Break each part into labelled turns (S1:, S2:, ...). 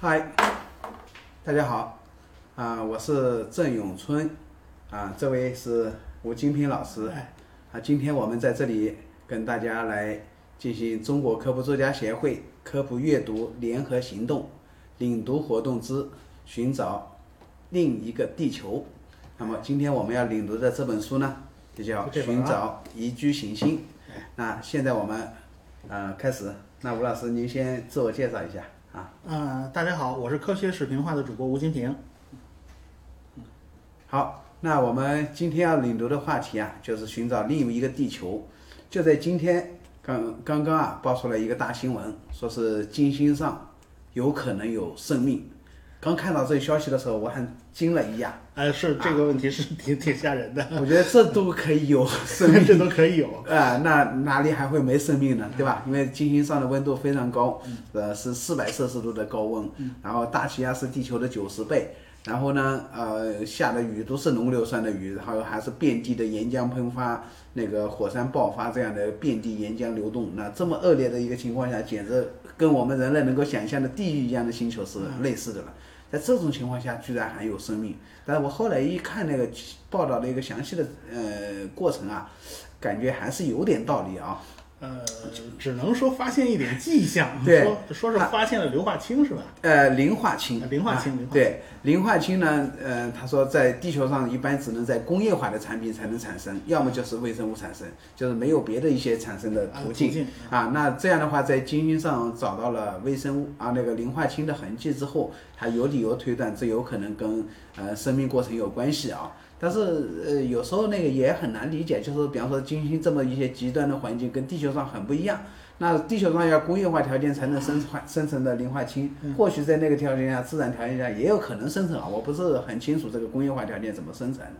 S1: 嗨，大家好，啊、我是郑永春，啊、这位是吴金平老师，
S2: 哎
S1: 啊，今天我们在这里跟大家来进行中国科普作家协会科普阅读联合行动领读活动之寻找另一个地球。那么今天我们要领读的这本书呢，就叫《
S2: 就这本哎
S1: 寻
S2: 啊
S1: 找宜居行星》。那现在我们呃开始，那吴老师您先自我介绍一下啊。
S2: 嗯，大家好，我是科学史评话的主播吴金平。
S1: 好，那我们今天要领读的话题啊，就是寻找另一个地球。就在今天，刚刚刚啊，爆出来一个大新闻，说是金星上有可能有生命。刚看到这个消息的时候，我很惊了一下，
S2: 呃，是这个问题是挺挺吓人的，
S1: 我觉得这都可以有生命，
S2: 这都可以有。
S1: 啊、那哪里还会没生命呢？对吧？因为金星上的温度非常高，呃，是四百摄氏度的高温，然后大气压是地球的九十倍，然后呢，呃，下的雨都是浓硫酸的雨，然后还是遍地的岩浆喷发，那个火山爆发这样的遍地岩浆流动，那这么恶劣的一个情况下，简直跟我们人类能够想象的地狱一样的星球是类似的了。在这种情况下，居然还有生命，但是我后来一看那个报道的一个详细的呃过程啊，感觉还是有点道理啊。
S2: 呃，只能说发现一点迹象，
S1: 对啊
S2: 说说是发现了硫化氢是吧？
S1: 呃，磷化氢
S2: 啊，磷化氢
S1: 啊
S2: 磷化
S1: 对，磷化氢呢，呃，他说在地球上一般只能在工业化的产品才能产生，要么就是微生物产生，就是没有别的一些产生的
S2: 啊
S1: 途
S2: 途
S1: 径
S2: 径
S1: 啊。那这样的话，在金星上找到了微生物啊那个磷化氢的痕迹之后，他有理由推断这有可能跟呃生命过程有关系啊。但是呃，有时候那个也很难理解，就是比方说金星这么一些极端的环境跟地球上很不一样。那地球上要工业化条件才能生产生成的磷化氢，或许在那个条件下，自然条件下也有可能生成啊，我不是很清楚这个工业化条件怎么生产的。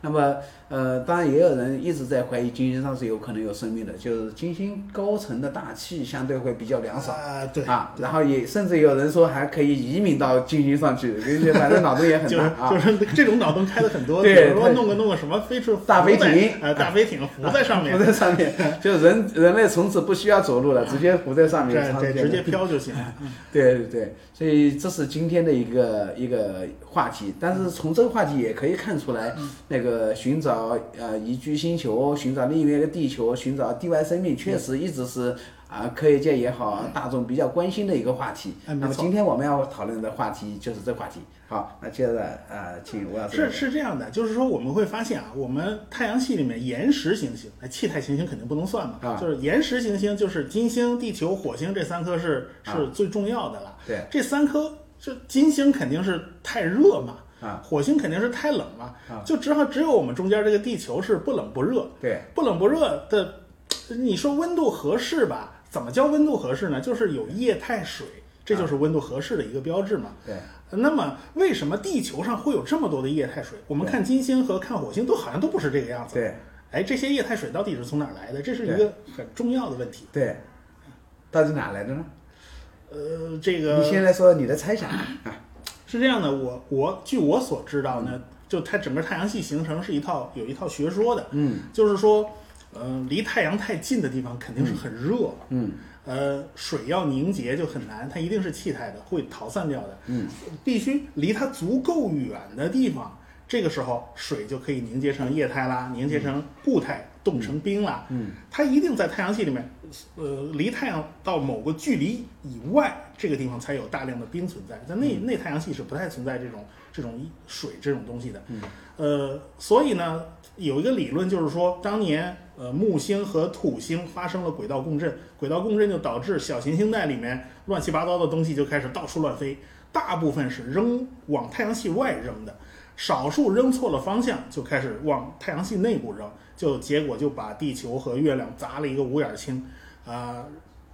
S1: 那么，呃，当然也有人一直在怀疑金星上是有可能有生命的，就是金星高层的大气相对会比较凉爽。
S2: 啊，对，
S1: 啊，然后也甚至有人说还可以移民到金星上去，因为反正脑洞也很
S2: 就
S1: 大
S2: 是
S1: 啊。
S2: 就是这种脑洞开的很多，比
S1: 对
S2: 如说
S1: 对
S2: 弄个弄个什么飞出
S1: 大飞艇啊
S2: 呃，大飞艇浮在上面
S1: 浮，在上面， 就人人类从此不需要走路了，直接浮在上面，
S2: 这
S1: 长
S2: 这
S1: 时间
S2: 直接飘 就行了。
S1: 对对对，所以这是今天的一个一个话题，但是从这个话题也可以看出来，那个寻找呃宜居星球、寻找另一个地球、寻找地外生命，确实一直是啊、科学界也好，大众比较关心的一个话题。
S2: 哎没
S1: 那么
S2: 错
S1: 今天我们要讨论的话题就是这话题。好，那接着呃，请吴老师
S2: 是是这样的，就是说我们会发现啊，我们太阳系里面岩石行星，哎，气态行星肯定不能算嘛，
S1: 啊
S2: 就是岩石行星，就是金星、地球、火星这三颗是是最重要的了。
S1: 啊对
S2: 这三颗，这金星肯定是太热嘛，
S1: 啊，
S2: 火星肯定是太冷嘛，
S1: 啊
S2: 就只好只有我们中间这个地球是不冷不热，
S1: 对
S2: 不冷不热的，你说温度合适吧？怎么叫温度合适呢？就是有液态水，这就是温度合适的一个标志嘛。
S1: 对
S2: 那么，为什么地球上会有这么多的液态水？我们看金星和看火星都好像都不是这个样子。
S1: 对
S2: 哎，这些液态水到底是从哪儿来的？这是一个很重要的问题。
S1: 对，到底哪来的呢？
S2: 呃，这
S1: 你
S2: 个
S1: 先来说你的猜想啊。
S2: 是这样的，我我据我所知道呢，就它整个太阳系形成是一套有一套学说的，
S1: 嗯
S2: 就是说，呃，离太阳太近的地方肯定是很热，
S1: 嗯
S2: 呃，水要凝结就很难，它一定是气态的，会逃散掉的。
S1: 嗯，
S2: 必须离它足够远的地方，这个时候水就可以凝结成液态啦，凝结成固态，冻成冰啦。
S1: 嗯，
S2: 它一定在太阳系里面，呃，离太阳到某个距离以外，这个地方才有大量的冰存在。在内
S1: 嗯
S2: 内太阳系是不太存在这种这种水这种东西的。嗯，呃，所以呢，有一个理论就是说，当年呃木星和土星发生了轨道共振，轨道共振就导致小行星带里面乱七八糟的东西就开始到处乱飞，大部分是扔往太阳系外扔的。少数扔错了方向，就开始往太阳系内部扔，就结果就把地球和月亮砸了一个五眼青，啊、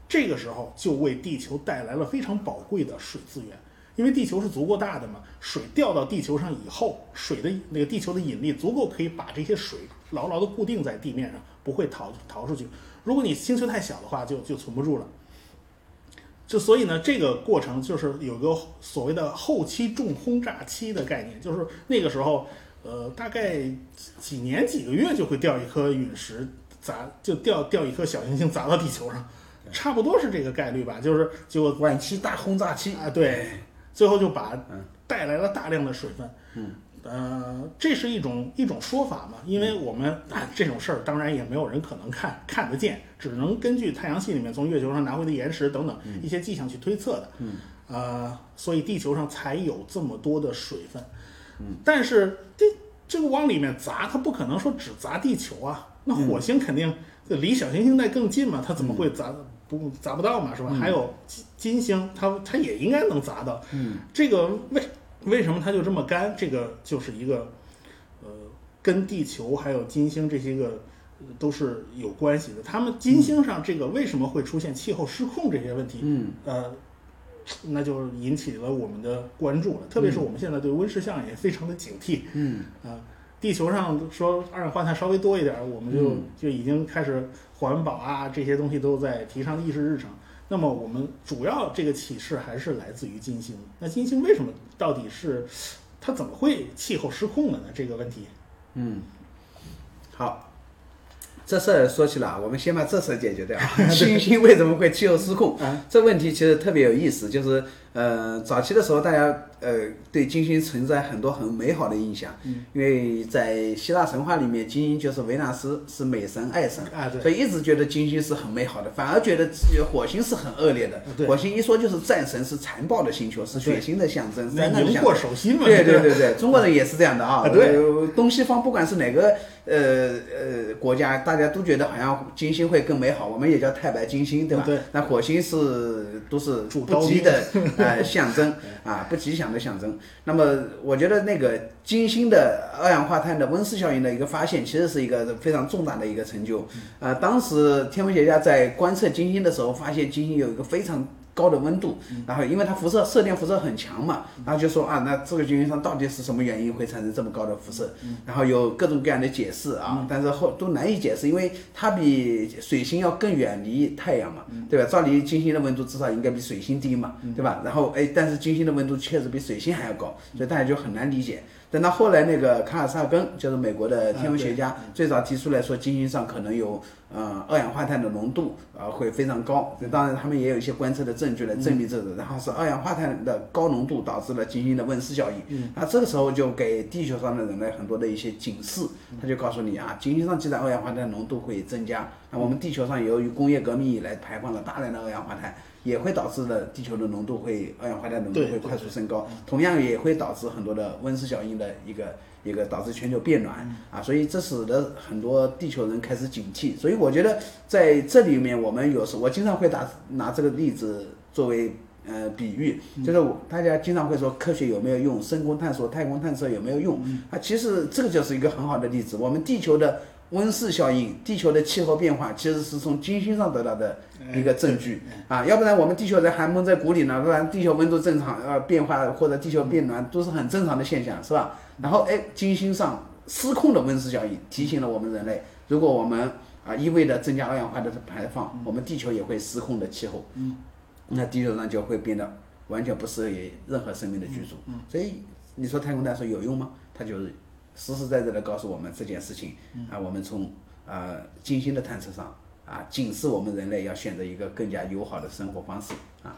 S2: 这个时候就为地球带来了非常宝贵的水资源，因为地球是足够大的嘛，水掉到地球上以后，水的那个地球的引力足够可以把这些水牢牢地固定在地面上，不会逃逃出去。如果你星球太小的话，就就存不住了。就所以呢，这个过程就是有个所谓的后期重轰炸期的概念，就是那个时候，呃，大概几年几个月就会掉一颗陨石砸，就掉掉一颗小行星砸到地球上，差不多是这个概率吧。就是结果
S1: 晚期大轰炸期
S2: 啊，对，最后就把
S1: 嗯
S2: 带来了大量的水分。
S1: 嗯，
S2: 呃，这是一种一种说法嘛，因为我们、啊、这种事儿当然也没有人可能看看得见，只能根据太阳系里面从月球上拿回的岩石等等一些迹象去推测的。
S1: 嗯，
S2: 呃，所以地球上才有这么多的水分。嗯，但是这这个往里面砸，它不可能说只砸地球啊，那火星肯定离小行星带更近嘛，它怎么会砸、不砸不到嘛，是吧？还有金金星，它它也应该能砸到。
S1: 嗯，
S2: 这个为为什么它就这么干？这个就是一个呃，跟地球还有金星这些个。呃都是有关系的。他们金星上这个为什么会出现气候失控这些问题？
S1: 嗯
S2: 呃，那就引起了我们的关注了。特别是我们现在对温室效应也非常的警惕
S1: 嗯
S2: 啊、地球上说二氧化碳稍微多一点儿，我们就、
S1: 嗯
S2: 就已经开始环保啊，这些东西都在提上议事日程。那么我们主要这个启示还是来自于金星。那金星为什么到底是它怎么会气候失控了呢？这个问题，
S1: 嗯，好，这事儿说起了，我们先把这事儿解 决掉。金星为什么会气候失控？
S2: 啊
S1: 这问题其实特别有意思，就是呃，早期的时候大家呃对金星存在很多很美好的印象，
S2: 嗯
S1: 因为在希腊神话里面，金星就是维纳斯，是美神爱神，
S2: 啊，对，
S1: 所以一直觉得金星是很美好的，反而觉得自己火星是很恶劣的
S2: 啊。对
S1: 火星一说就是战神，是残暴的星球，是血腥的象征，是灾
S2: 那
S1: 难的
S2: 荧
S1: 象征
S2: 惑。手心嘛，
S1: 对对
S2: 吧
S1: 对对，中国人也是这样的啊。
S2: 啊对
S1: 呃，东西方不管是哪个呃呃国家，大家都觉得好像金星会更美好，我们也叫太白金星，啊对吧？
S2: 对。
S1: 那火星是都是
S2: 主
S1: 不
S2: 刀
S1: 吉
S2: 兵
S1: 的 呃象征啊，不吉祥的象征。那么我觉得那个金星的二氧化碳的温室效应的一个发现，其实是一个非常重大的一个成就。呃，当时天文学家在观测金星的时候，发现金星有一个非常高的温度，然后因为它辐射射电辐射很强嘛，然后就说啊，那这个金星上到底是什么原因会产生这么高的辐射？然后有各种各样的解释啊，但是后都难以解释，因为它比水星要更远离太阳嘛，对吧？照理金星的温度至少应该比水星低嘛，对吧？然后哎，但是金星的温度确实比水星还要高，所以大家就很难理解。等到后来，那个卡尔萨根就是美国的天文学家，最早提出来说金星上可能有呃二氧化碳的浓度呃会非常高，当然他们也有一些观测的证据来证明这
S2: 嗯
S1: 个，然后是二氧化碳的高浓度导致了金星的温室效应。
S2: 嗯
S1: 那这个时候就给地球上的人类很多的一些警示，
S2: 嗯
S1: 他就告诉你啊，金星上既然二氧化碳浓度会增加，那我们地球上由于工业革命以来排放了大量的二氧化碳，也会导致了地球的浓度会二氧化碳浓度
S2: 对
S1: 会
S2: 对
S1: 快速升高，同样也会导致很多的温室效应的一个一个导致全球变暖啊，所以这使得很多地球人开始警惕。所以我觉得在这里面，我们有时我经常会打拿这个例子作为呃比喻，就是我大家经常会说科学有没有用，深空探索、太空探测有没有用啊？其实这个就是一个很好的例子，我们地球的。温室效应、地球的气候变化，其实是从金星上得到的一个证据啊，要不然我们地球人还蒙在鼓里呢，不然地球温度正常呃变化或者地球变暖都是很正常的现象，是吧？然后哎，金星上失控的温室效应提醒了我们人类，如果我们啊一味的增加二氧化碳的排放，我们地球也会失控的气候，
S2: 嗯，
S1: 那地球上就会变得完全不适合于任何生命的居住，嗯，所以你说太空探索有用吗？它就是实实在在的告诉我们这件事情啊，我们从呃金星的探测上啊，警示我们人类要选择一个更加友好的生活方式啊。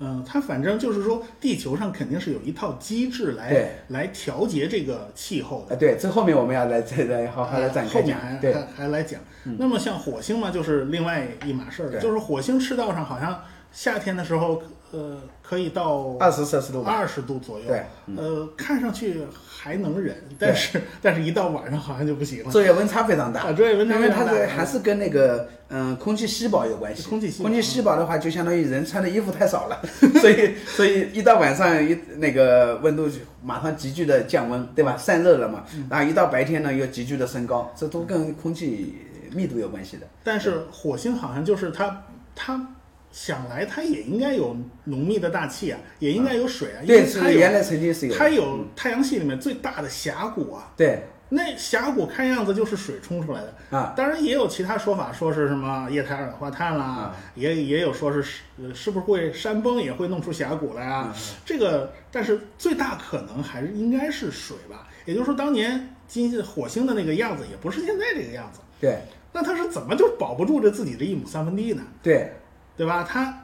S2: 嗯，它反正就是说，地球上肯定是有一套机制
S1: 对
S2: 来来调节这个气
S1: 啊，
S2: 候的。
S1: 对，这后面我们要来再来好哦好来展
S2: 后
S1: 开
S2: 面
S1: 讲
S2: 还。
S1: 对，嗯
S2: 还还来讲。那么像火星嘛，就是另外一码事儿
S1: 对
S2: 了。就是火星赤道上好像夏天的时候，呃，可以到
S1: 二十摄氏度吧。
S2: 二十度左右
S1: 对，嗯
S2: 呃，看上去还能忍，但是但是一到晚上好像就不行了。
S1: 昼夜温差非常大，
S2: 啊昼夜温差
S1: 因为
S2: 非
S1: 它
S2: 常大
S1: 是还是跟那个嗯空气稀薄有关系。
S2: 空气稀薄
S1: 薄的话，就相当于人穿的衣服太少 了，所以所以一到晚上一那个温度就马上急剧的降温，对吧？散热了嘛，
S2: 嗯
S1: 然后一到白天呢又急剧的升高，这都跟空气密度有关系的。
S2: 但是火星好像就是它它。想来，它也应该有浓密的大气啊，也应该有水啊，
S1: 嗯
S2: 因
S1: 对，
S2: 为
S1: 是
S2: 它有
S1: 原来曾经是有的，嗯
S2: 它有太阳系里面最大的峡谷啊，
S1: 对
S2: 那峡谷看样子就是水冲出来的。
S1: 啊，
S2: 当然也有其他说法，说是什么液态二氧化碳啦，
S1: 啊
S2: 也也有说是是呃是不是会山崩也会弄出峡谷来啊？这个，但是最大可能还是应该是水吧。也就是说，当年金星火星的那个样子也不是现在这个样子。
S1: 对
S2: 那它是怎么就保不住这自己这一亩三分地呢？
S1: 对
S2: 对吧？它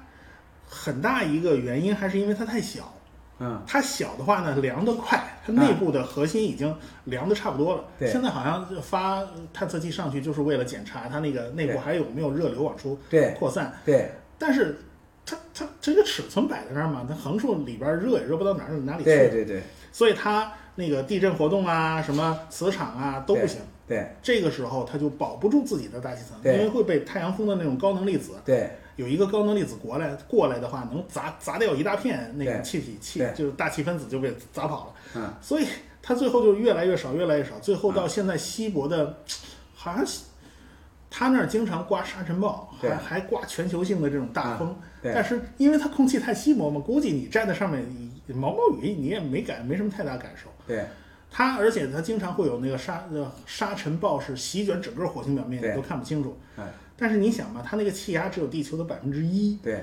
S2: 很大一个原因还是因为它太小。
S1: 嗯，
S2: 它小的话呢凉得快，它内部的核心已经凉得差不多了。
S1: 对
S2: 现在好像就发探测器上去就是为了检查它那个内部
S1: 对
S2: 还有没有热流往出
S1: 对
S2: 扩散，
S1: 对
S2: 但是它它这个尺寸摆在那儿嘛，它横竖里边儿热也热不到哪儿哪里去，
S1: 对对对
S2: 所以它那个地震活动啊、什么磁场啊都不行。
S1: 对
S2: 这个时候它就保不住自己的大气层，因
S1: 对
S2: 为会被太阳风的那种高能粒子，
S1: 对
S2: 有一个高能粒子过来过来的话，能砸砸掉一大片那个
S1: 对
S2: 气体气
S1: 对，
S2: 就是大气分子就被砸跑了。
S1: 嗯，
S2: 所以它最后就越来越少，越来越少，最后
S1: 啊
S2: 到现在西伯的，好像是他那儿经常刮沙尘暴，
S1: 对啊
S2: 还还刮全球性的这种大风。
S1: 对
S2: 但是因为它空气太稀薄嘛，估计你站在上面毛毛雨，你也没感没什么太大感受。
S1: 对
S2: 它而且它经常会有那个沙呃沙尘暴是席卷整个火星表面，你
S1: 对
S2: 都看不清楚。
S1: 嗯
S2: 但是你想嘛，它那个气压只有地球的百分之一，
S1: 对，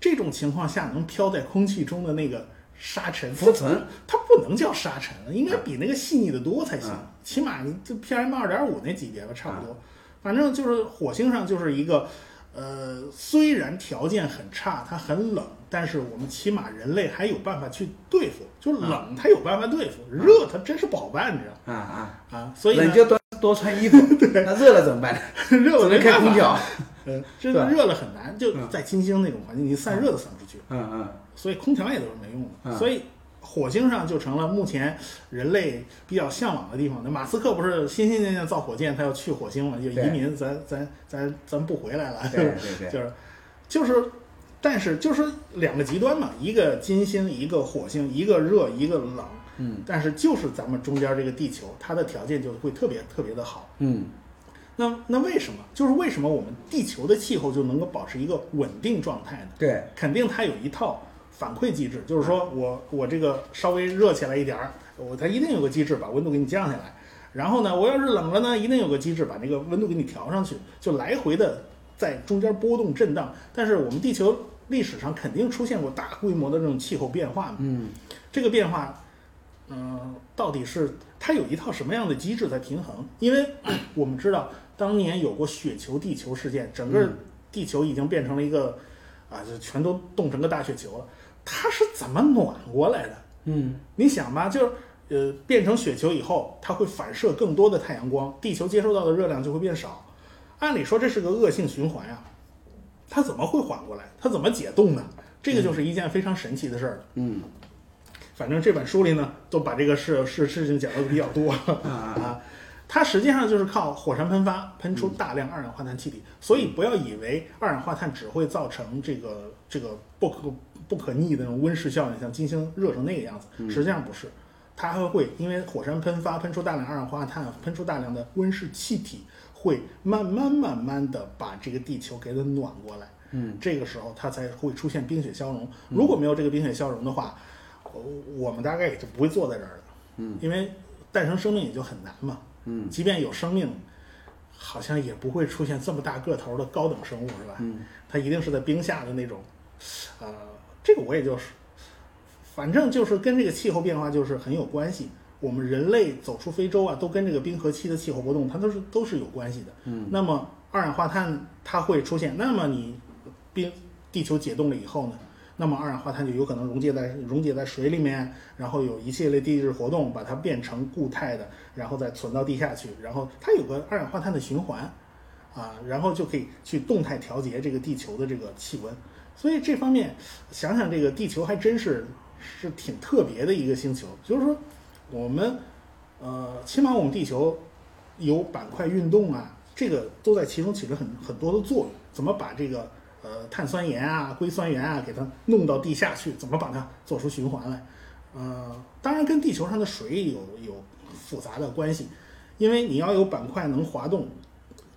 S2: 这种情况下能飘在空气中的那个沙尘
S1: 浮尘，
S2: 它不能叫沙尘，啊应该比那个细腻的多才
S1: 啊
S2: 行。起码你就 PM 二点五那级别吧，差不多。反正就是火星上就是一个，呃，虽然条件很差，它很冷，但是我们起码人类还有办法去对付。就是冷它有办法对付，热它真是不好办，你知道
S1: 啊啊，
S2: 吗啊？所以
S1: 冷
S2: 呢，
S1: 就多多穿衣 服，那热了怎么办呢？
S2: 热
S1: 只
S2: 了
S1: 能
S2: 没
S1: 开
S2: 办
S1: 空
S2: 法，
S1: 调。
S2: 嗯，真的
S1: 对
S2: 热了很难。就
S1: 嗯
S2: 在金星那种环境，你散热都散不出去。
S1: 嗯嗯，
S2: 所以空调也都是没用的。
S1: 嗯
S2: 所以火星上就成了目前人类比较向往的地方。那马斯克不是心心念念造火箭，他要去火星嘛，就移
S1: 对
S2: 民，咱咱咱咱不回来了，
S1: 对对对，
S2: 就是就是，但是就是两个极端嘛，一个金星，一个火星，一个热，一个冷。
S1: 嗯
S2: 但是就是咱们中间这个地球，它的条件就会特别特别的好。
S1: 嗯
S2: 那那为什么？就是为什么我们地球的气候就能够保持一个稳定状态呢？
S1: 对
S2: 肯定它有一套反馈机制，就是说我我这个稍微热起来一点儿，我它一定有个机制把温度给你降下来。然后呢，我要是冷了呢，一定有个机制把那个温度给你调上去，就来回的在中间波动震荡。但是我们地球历史上肯定出现过大规模的这种气候变化嘛，
S1: 嗯
S2: 这个变化，嗯、到底是它有一套什么样的机制在平衡？因为我们知道当年有过雪球地球事件，整个地球已经变成了一个啊，就全都冻成个大雪球了。它是怎么暖过来的？
S1: 嗯
S2: 你想吧，就是呃，变成雪球以后，它会反射更多的太阳光，地球接收到的热量就会变少。按理说这是个恶性循环呀、它怎么会缓过来？它怎么解冻呢？这个就是一件非常神奇的事儿了。
S1: 嗯
S2: 反正这本书里呢，都把这个事事事情讲的比较多
S1: 嗯
S2: 啊。它实际上就是靠火山喷发喷出大量二氧化碳气体，所以不要以为二氧化碳只会造成这个这个不可不可逆的那种温室效应，像金星热成那个样子，实际上不是。它还会因为火山喷发喷出大量二氧化碳，喷出大量的温室气体，会慢慢慢慢的把这个地球给它暖过来。
S1: 嗯，
S2: 这个时候它才会出现冰雪消融。如果没有这个冰雪消融的话，我我们大概也就不会坐在这儿了。
S1: 嗯，
S2: 因为诞生生命也就很难嘛。
S1: 嗯
S2: 即便有生命，好像也不会出现这么大个头的高等生物，是吧？
S1: 嗯
S2: 它一定是在冰下的那种，呃，这个我也就是，反正就是跟这个气候变化就是很有关系。我们人类走出非洲啊，都跟这个冰河期的气候波动，它都是都是有关系的。
S1: 嗯，
S2: 那么二氧化碳它会出现，那么你冰地球解冻了以后呢，那么二氧化碳就有可能溶解在溶解在水里面，然后有一系列地质活动把它变成固态的，然后再存到地下去，然后它有个二氧化碳的循环，啊，然后就可以去动态调节这个地球的这个气温。所以这方面想想，这个地球还真是是挺特别的一个星球。就是说，我们呃，起码我们地球有板块运动啊，这个都在其中起着很很多的作用。怎么把这个呃碳酸盐啊、硅酸盐啊给它弄到地下去？怎么把它做出循环来？呃，当然跟地球上的水有有复杂的关系，因为你要有板块能滑动，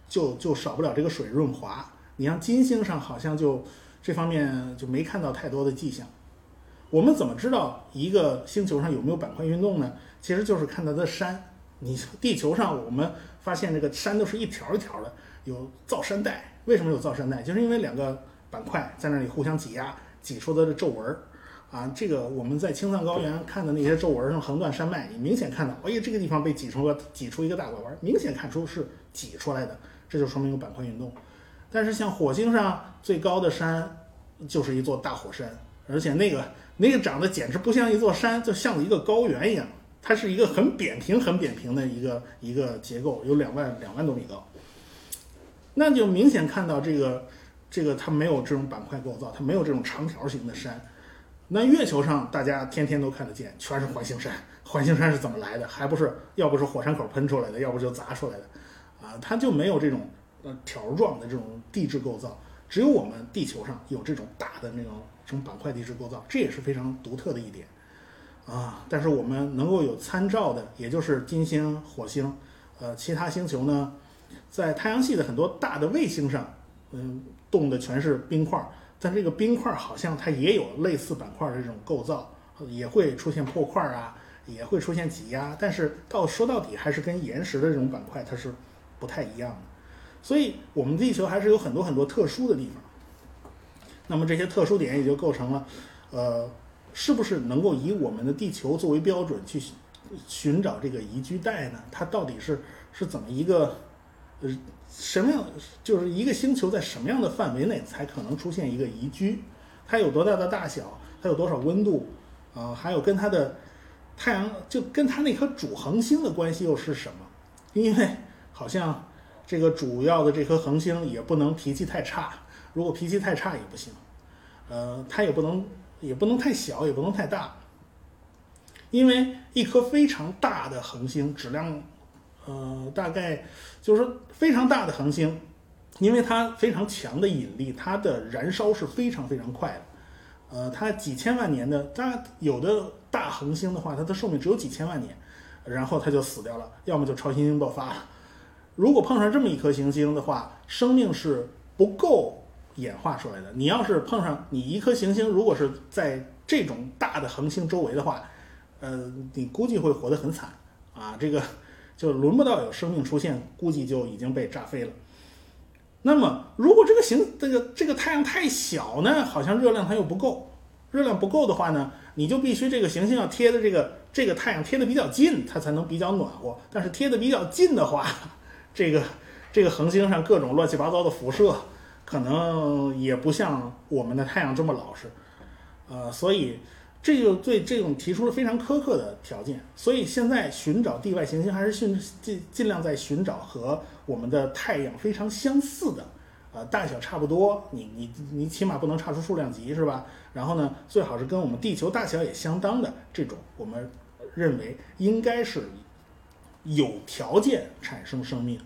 S2: 就就少不了这个水润滑。你像金星上好像就这方面就没看到太多的迹象。我们怎么知道一个星球上有没有板块运动呢？其实就是看它的山。你地球上我们发现这个山都是一条一条的，有造山带。为什么有造山带？就是因为两个板块在那里互相挤压，挤出的皱纹儿。啊，这个我们在青藏高原看的那些皱纹儿上横断山脉，你明显看到，哎呀，这个地方被挤出个挤出一个大拐弯儿，明显看出是挤出来的，这就说明有板块运动。但是像火星上最高的山就是一座大火山，而且那个那个长得简直不像一座山，就像一个高原一样。它是一个很扁平、很扁平的一个一个结构，有两万两万多米高。那就明显看到这个这个它没有这种板块构造，它没有这种长条形的山。那月球上大家天天都看得见，全是环形山。环形山是怎么来的？还不是要不是火山口喷出来的，要不就砸出来的啊！它就没有这种呃条状的这种地质构造，只有我们地球上有这种大的那种这种板块地质构造，这也是非常独特的一点啊。但是我们能够有参照的，也就是金星、火星，呃，其他星球呢，在太阳系的很多大的卫星上，嗯，冻的全是冰块儿，但这个冰块儿好像它也有类似板块儿的这种构造，也会出现破块儿啊，也会出现挤压，但是到说到底还是跟岩石的这种板块它是不太一样的。所以我们地球还是有很多很多特殊的地方。那么这些特殊点也就构成了，呃，是不是能够以我们的地球作为标准去寻寻找这个宜居带呢？它到底是是怎么一个，呃，什么样，就是一个星球在什么样的范围内才可能出现一个宜居？它有多大的大小？它有多少温度？啊、还有跟它的太阳，就跟它那颗主恒星的关系又是什么？因为好像这个主要的这颗恒星也不能脾气太差，如果脾气太差也不行。呃，它也不能也不能太小，也不能太大，因为一颗非常大的恒星质量，呃，大概就是说非常大的恒星，因为它非常强的引力，它的燃烧是非常非常快的。呃，它几千万年的，它有的大恒星的话，它的寿命只有几千万年，然后它就死掉了，要么就超新星爆发了。如果碰上这么一颗行星的话，生命是不够演化出来的。你要是碰上你一颗行星，如果是在这种大的恒星周围的话，呃，你估计会活得很惨啊。这个就轮不到有生命出现，估计就已经被炸飞了。那么，如果这个行这个这个太阳太小呢，好像热量它又不够。热量不够的话呢，你就必须这个行星要贴的这个这个太阳贴的比较近，它才能比较暖和。但是贴的比较近的话，这个这个恒星上各种乱七八糟的辐射，可能也不像我们的太阳这么老实，呃，所以这就对这种提出了非常苛刻的条件。所以现在寻找地外行星，还是尽尽尽量在寻找和我们的太阳非常相似的。呃，大小差不多，你你你起码不能差出数量级是吧？然后呢，最好是跟我们地球大小也相当的这种，我们认为应该是有条件产生生命，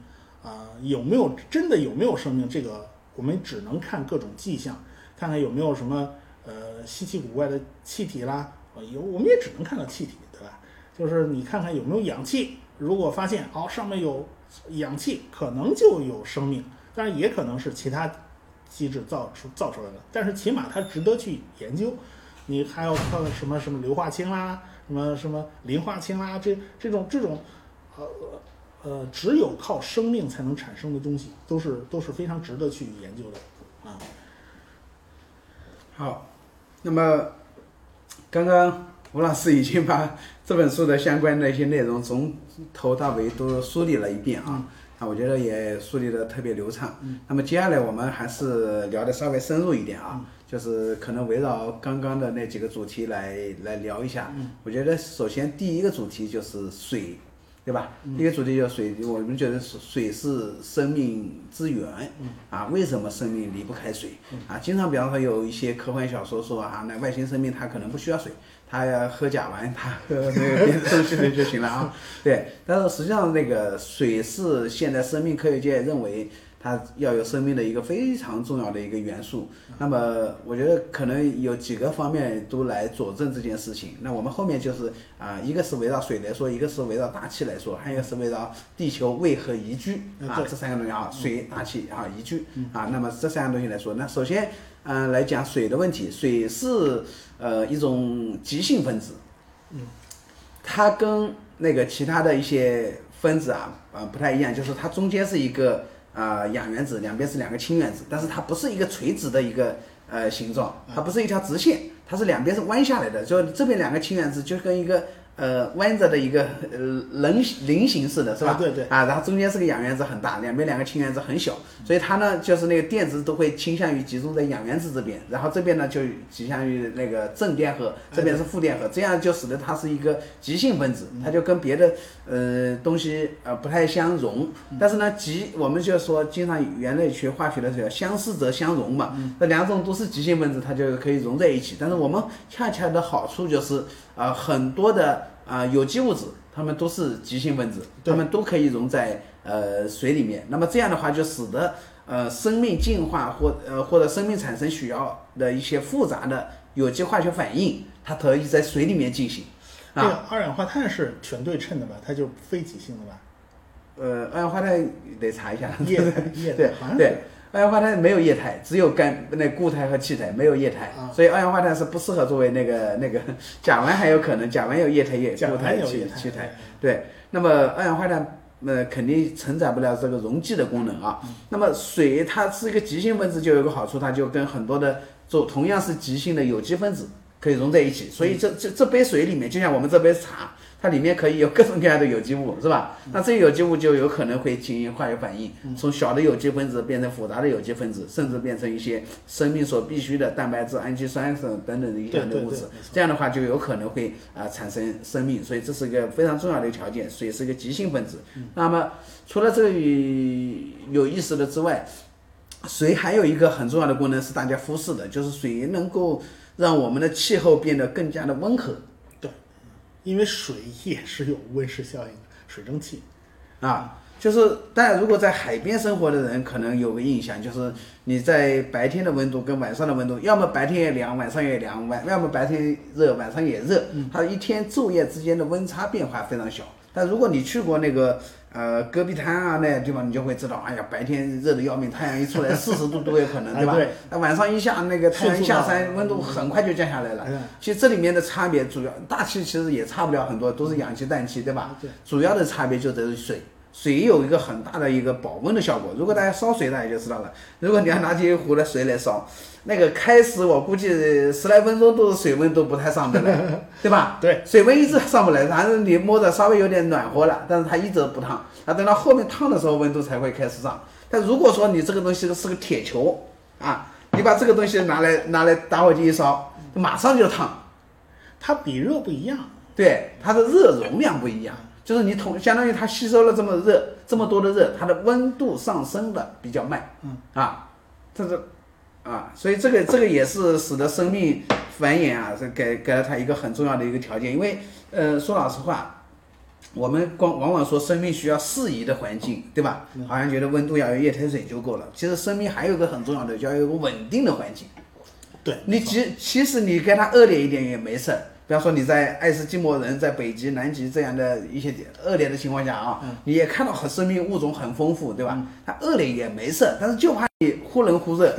S2: 啊、有没有真的有没有生命？这个我们只能看各种迹象，看看有没有什么呃稀奇古怪的气体啦，呃有我们也只能看到气体，对吧？就是你看看有没有氧气，如果发现哦上面有氧气，可能就有生命，当然也可能是其他机制造出造出来的，但是起码它值得去研究。你还要看什么什么硫化氢啦，什么什么磷化氢啦，这这种这种呃，只有靠生命才能产生的东西，都是都是非常值得去研究的啊。
S1: 好，那么刚刚吴老师已经把这本书的相关的一些内容从头到尾都梳理了一遍啊， 啊，我觉得也梳理的特别流畅。那么接下来我们还是聊的稍微深入一点啊，就是可能围绕刚刚的那几个主题来来聊一下。我觉得首先第一个主题就是水。对吧？第一个主题叫水，我们觉得水水是生命之源，啊，为什么生命离不开水？啊，经常比方说有一些科幻小说说啊，那外星生命它可能不需要水，它要喝甲烷，它喝那个别的东西就就行了啊。 对，但是实际上那个水是现在生命科学界认为它要有生命的一个非常重要的一个元素。那么我觉得可能有几个方面都来佐证这件事情。那我们后面就是啊、一个是围绕水来说，一个是围绕大气来说，还有一个是围绕地球为何宜居
S2: 嗯
S1: 啊
S2: 对嗯
S1: 这三个东西啊，水、大气啊宜居啊。那么这三样东西来说，那首先嗯、呃来讲水的问题，水是呃一种极性分子。它跟那个其他的一些分子啊，呃，不太一样，就是它中间是一个呃氧原子，两边是两个氢原子，但是它不是一个垂直的一个呃形状，它不是一条直线，它是两边是弯下来的，就这边两个氢原子就跟一个呃弯着的一个呃棱菱形式的是吧？
S2: 啊对对
S1: 啊，然后中间是个氧原子很大，两边两个氢原子很小，所以它呢就是那个电子都会倾向于集中在氧原子这边，然后这边呢就倾向于那个正电荷，这边是负电荷，这样就使得它是一个极性分子，它就跟别的呃东西呃不太相容。但是呢，极我们就说经常人类学化学的时候，相似则相容嘛，这两种都是极性分子，它就可以融在一起。但是我们恰恰的好处就是啊、呃很多的啊、呃有机物质，它们都是极性分子，
S2: 对
S1: 它们都可以溶在呃水里面。那么这样的话，就使得呃生命进化或呃或者生命产生需要的一些复杂的有机化学反应，它可以在水里面进行。
S2: 这
S1: 啊，
S2: 个二氧化碳是全对称的吧？它就非极性的吧？
S1: 呃，二氧化碳得查一下。
S2: 液态 液
S1: 对
S2: 态好像是
S1: 对，二氧化碳没有液态，只有干那固态和气态，没有液态，
S2: 啊
S1: 所以二氧化碳是不适合作为那个那个甲烷还有可能，甲烷有液态液
S2: 甲
S1: 固态
S2: 烷有
S1: 气
S2: 液哎态
S1: 气态，对，那么二氧化碳。呃，肯定承载不了这个溶剂的功能啊。那么水它是一个极性分子，就有一个好处，它就跟很多的就同样是极性的有机分子可以溶在一
S2: 嗯
S1: 起。所以这这这杯水里面，就像我们这杯茶，它里面可以有各种各样的有机物，是吧？
S2: 嗯
S1: 那这些有机物就有可能会进行化学反应，从小的有机分子变成复杂的有机分子，甚至变成一些生命所必需的蛋白质、氨基酸等等的一些
S2: 对对
S1: 物质
S2: 对没错。
S1: 这样的话就有可能会啊、呃产生生命，所以这是一个非常重要的一个条件。水是一个极性分子。
S2: 嗯
S1: 那么除了这个有意思的之外，水还有一个很重要的功能是大家忽视的，就是水能够让我们的气候变得更加的温和。
S2: 对，因为水也是有温室效应的，水蒸气。
S1: 啊，就是大家如果在海边生活的人，可能有个印象，就是你在白天的温度跟晚上的温度，要么白天也凉，晚上也凉，晚要么白天热，晚上也热，
S2: 嗯
S1: 它一天昼夜之间的温差变化非常小。但如果你去过那个呃戈壁滩啊那些地方，你就会知道，哎呀，白天热的要命，太阳一出来四十度都有可能，
S2: 哎
S1: 对吧？
S2: 对
S1: 那晚上一下那个太阳一下
S2: 迅速
S1: 山，
S2: 的
S1: 温度很快就降下来了
S2: 啊哎呀。
S1: 其实这里面的差别主要，大气其实也差不了很多，都是氧气、氮气，对吧？
S2: 对
S1: 主要的差别就在于水。水有一个很大的一个保温的效果。如果大家烧水，大家就知道了。如果你要拿起一壶的水来烧，那个开始我估计十来分钟都是水温都不太上得来，对吧？
S2: 对，
S1: 水温一直上不来，然后你摸着稍微有点暖和了，但是它一直不烫。啊，等到后面烫的时候，温度才会开始上。但如果说你这个东西是个铁球啊，你把这个东西拿来拿来打火机一烧，马上就烫。
S2: 它比热不一样，
S1: 对，它的热容量不一样，就是你同相当于它吸收了这么热这么多的热，它的温度上升的比较慢，嗯啊，这是啊，所以这个这个也是使得生命繁衍啊，这给给了它一个很重要的一个条件，因为呃说老实话。我们光往往说生命需要适宜的环境，对吧？好像觉得温度要有液态水就够了。其实生命还有一个很重要的，就要有一个稳定的环境。
S2: 对，
S1: 你其其实你跟他恶劣一点也没事儿，比方说你在爱斯基摩人在北极、南极这样的一些恶劣的情况下啊，你也看到很生命物种很丰富，对吧？他恶劣也没事儿，但是就怕你忽冷忽热，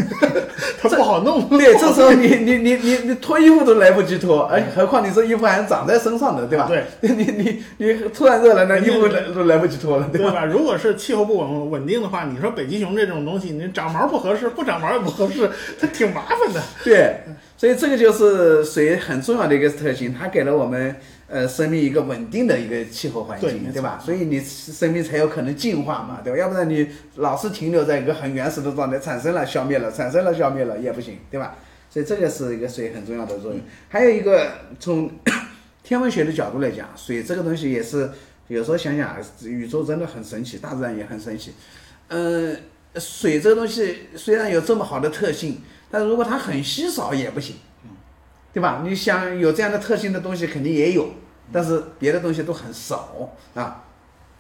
S2: 它不好弄。
S1: 对，这时候你你你你你脱衣服都来不及脱，而何况你这衣服还长在身上的，对吧？
S2: 对，
S1: 你你你突然热了，那
S2: 人家
S1: 衣服来都来不及脱了，对
S2: 对
S1: 吧？
S2: 吧？如果是气候不稳稳定的话，你说北极熊这种东西，你长毛不合适，不长毛也不合适，它挺麻烦的。
S1: 对，所以这个就是水很重要的一个特性，它给了我们呃生命一个稳定的一个气候环
S2: 对没
S1: 境，
S2: 错
S1: 对吧？所以你生命才有可能进化嘛，对吧？要不然你老是停留在一个很原始的状态，产生了消灭了，产生了消灭了也不行，对吧？所以这个是一个水很重要的作用。还有一个从 天文学的角度来讲，水这个东西也是有时候想想啊，宇宙真的很神奇，大自然也很神奇。呃，水这个东西虽然有这么好的特性，但如果它很稀少也不行，对吧？你想有这样的特性的东西肯定也有，但是别的东西都很少啊。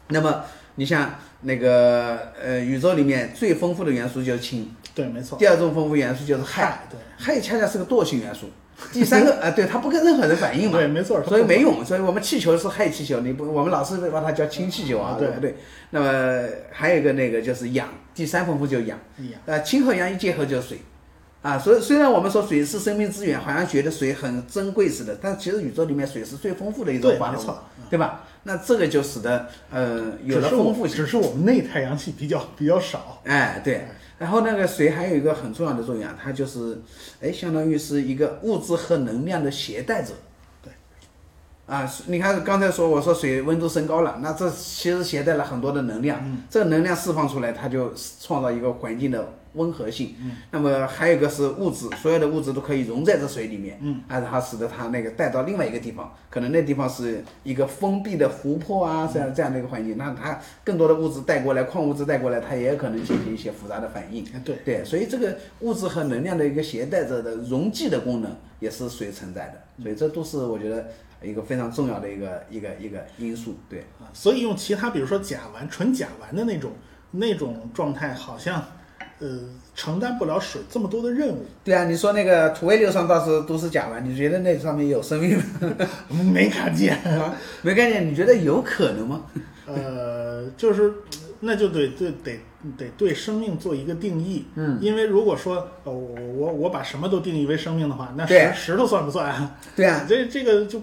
S1: 那么你像那个呃，宇宙里面最丰富的元素就是氢，
S2: 对，没错。
S1: 第二种丰富元素就是氦，
S2: 对
S1: 氦恰恰是个惰性元素。第三个啊、呃对，它不跟任何人反应嘛，
S2: 对没错
S1: 啊所以没用。所以我们气球是氦气球，你不，我们老是把它叫氢气球啊
S2: 啊，
S1: 对
S2: 对
S1: 不对？那么还有一个那个就是氧，第三丰富就是氧，
S2: 氧
S1: 呃，氢和氧一结合就是水，啊，所以虽然我们说水是生命资源，好像觉得水很珍贵似的，但其实宇宙里面水是最丰富的一种
S2: 对
S1: 化合
S2: 没
S1: 物
S2: 错，
S1: 对吧？那这个就使得呃有了
S2: 只是我
S1: 丰富性。
S2: 只是我们内太阳系比较比较少。
S1: 哎，对。然后那个水还有一个很重要的作用啊，它就是，哎，相当于是一个物质和能量的携带者。
S2: 对，
S1: 啊，你看刚才说我说水温度升高了，那这其实携带了很多的能量，
S2: 嗯
S1: 这能量释放出来，它就创造一个环境的温和性。
S2: 嗯
S1: 那么还有一个是物质，所有的物质都可以溶在这水里面，
S2: 嗯，
S1: 啊，它使得它那个带到另外一个地方，可能那地方是一个封闭的湖泊啊，
S2: 嗯
S1: 这样这样的一个环境，那它更多的物质带过来，矿物质带过来，它也有可能进行一些复杂的反应。
S2: 哎对，
S1: 啊对，所以这个物质和能量的一个携带着的溶剂的功能也是水存在的，所以这都是我觉得一个非常重要的一个一个一个因素。对，
S2: 啊，所以用其他，比如说甲烷、纯甲烷的那种那种状态，好像呃承担不了水这么多的任务。
S1: 对啊，你说那个土卫六上倒是都是甲烷，你觉得那上面有生命吗？
S2: 没看见，
S1: 没概念，你觉得有可能吗？
S2: 呃，就是那就得对得得对生命做一个定义。
S1: 嗯，
S2: 因为如果说呃我我我把什么都定义为生命的话，那
S1: 对
S2: 石石头算不算啊？
S1: 对啊，
S2: 这这个就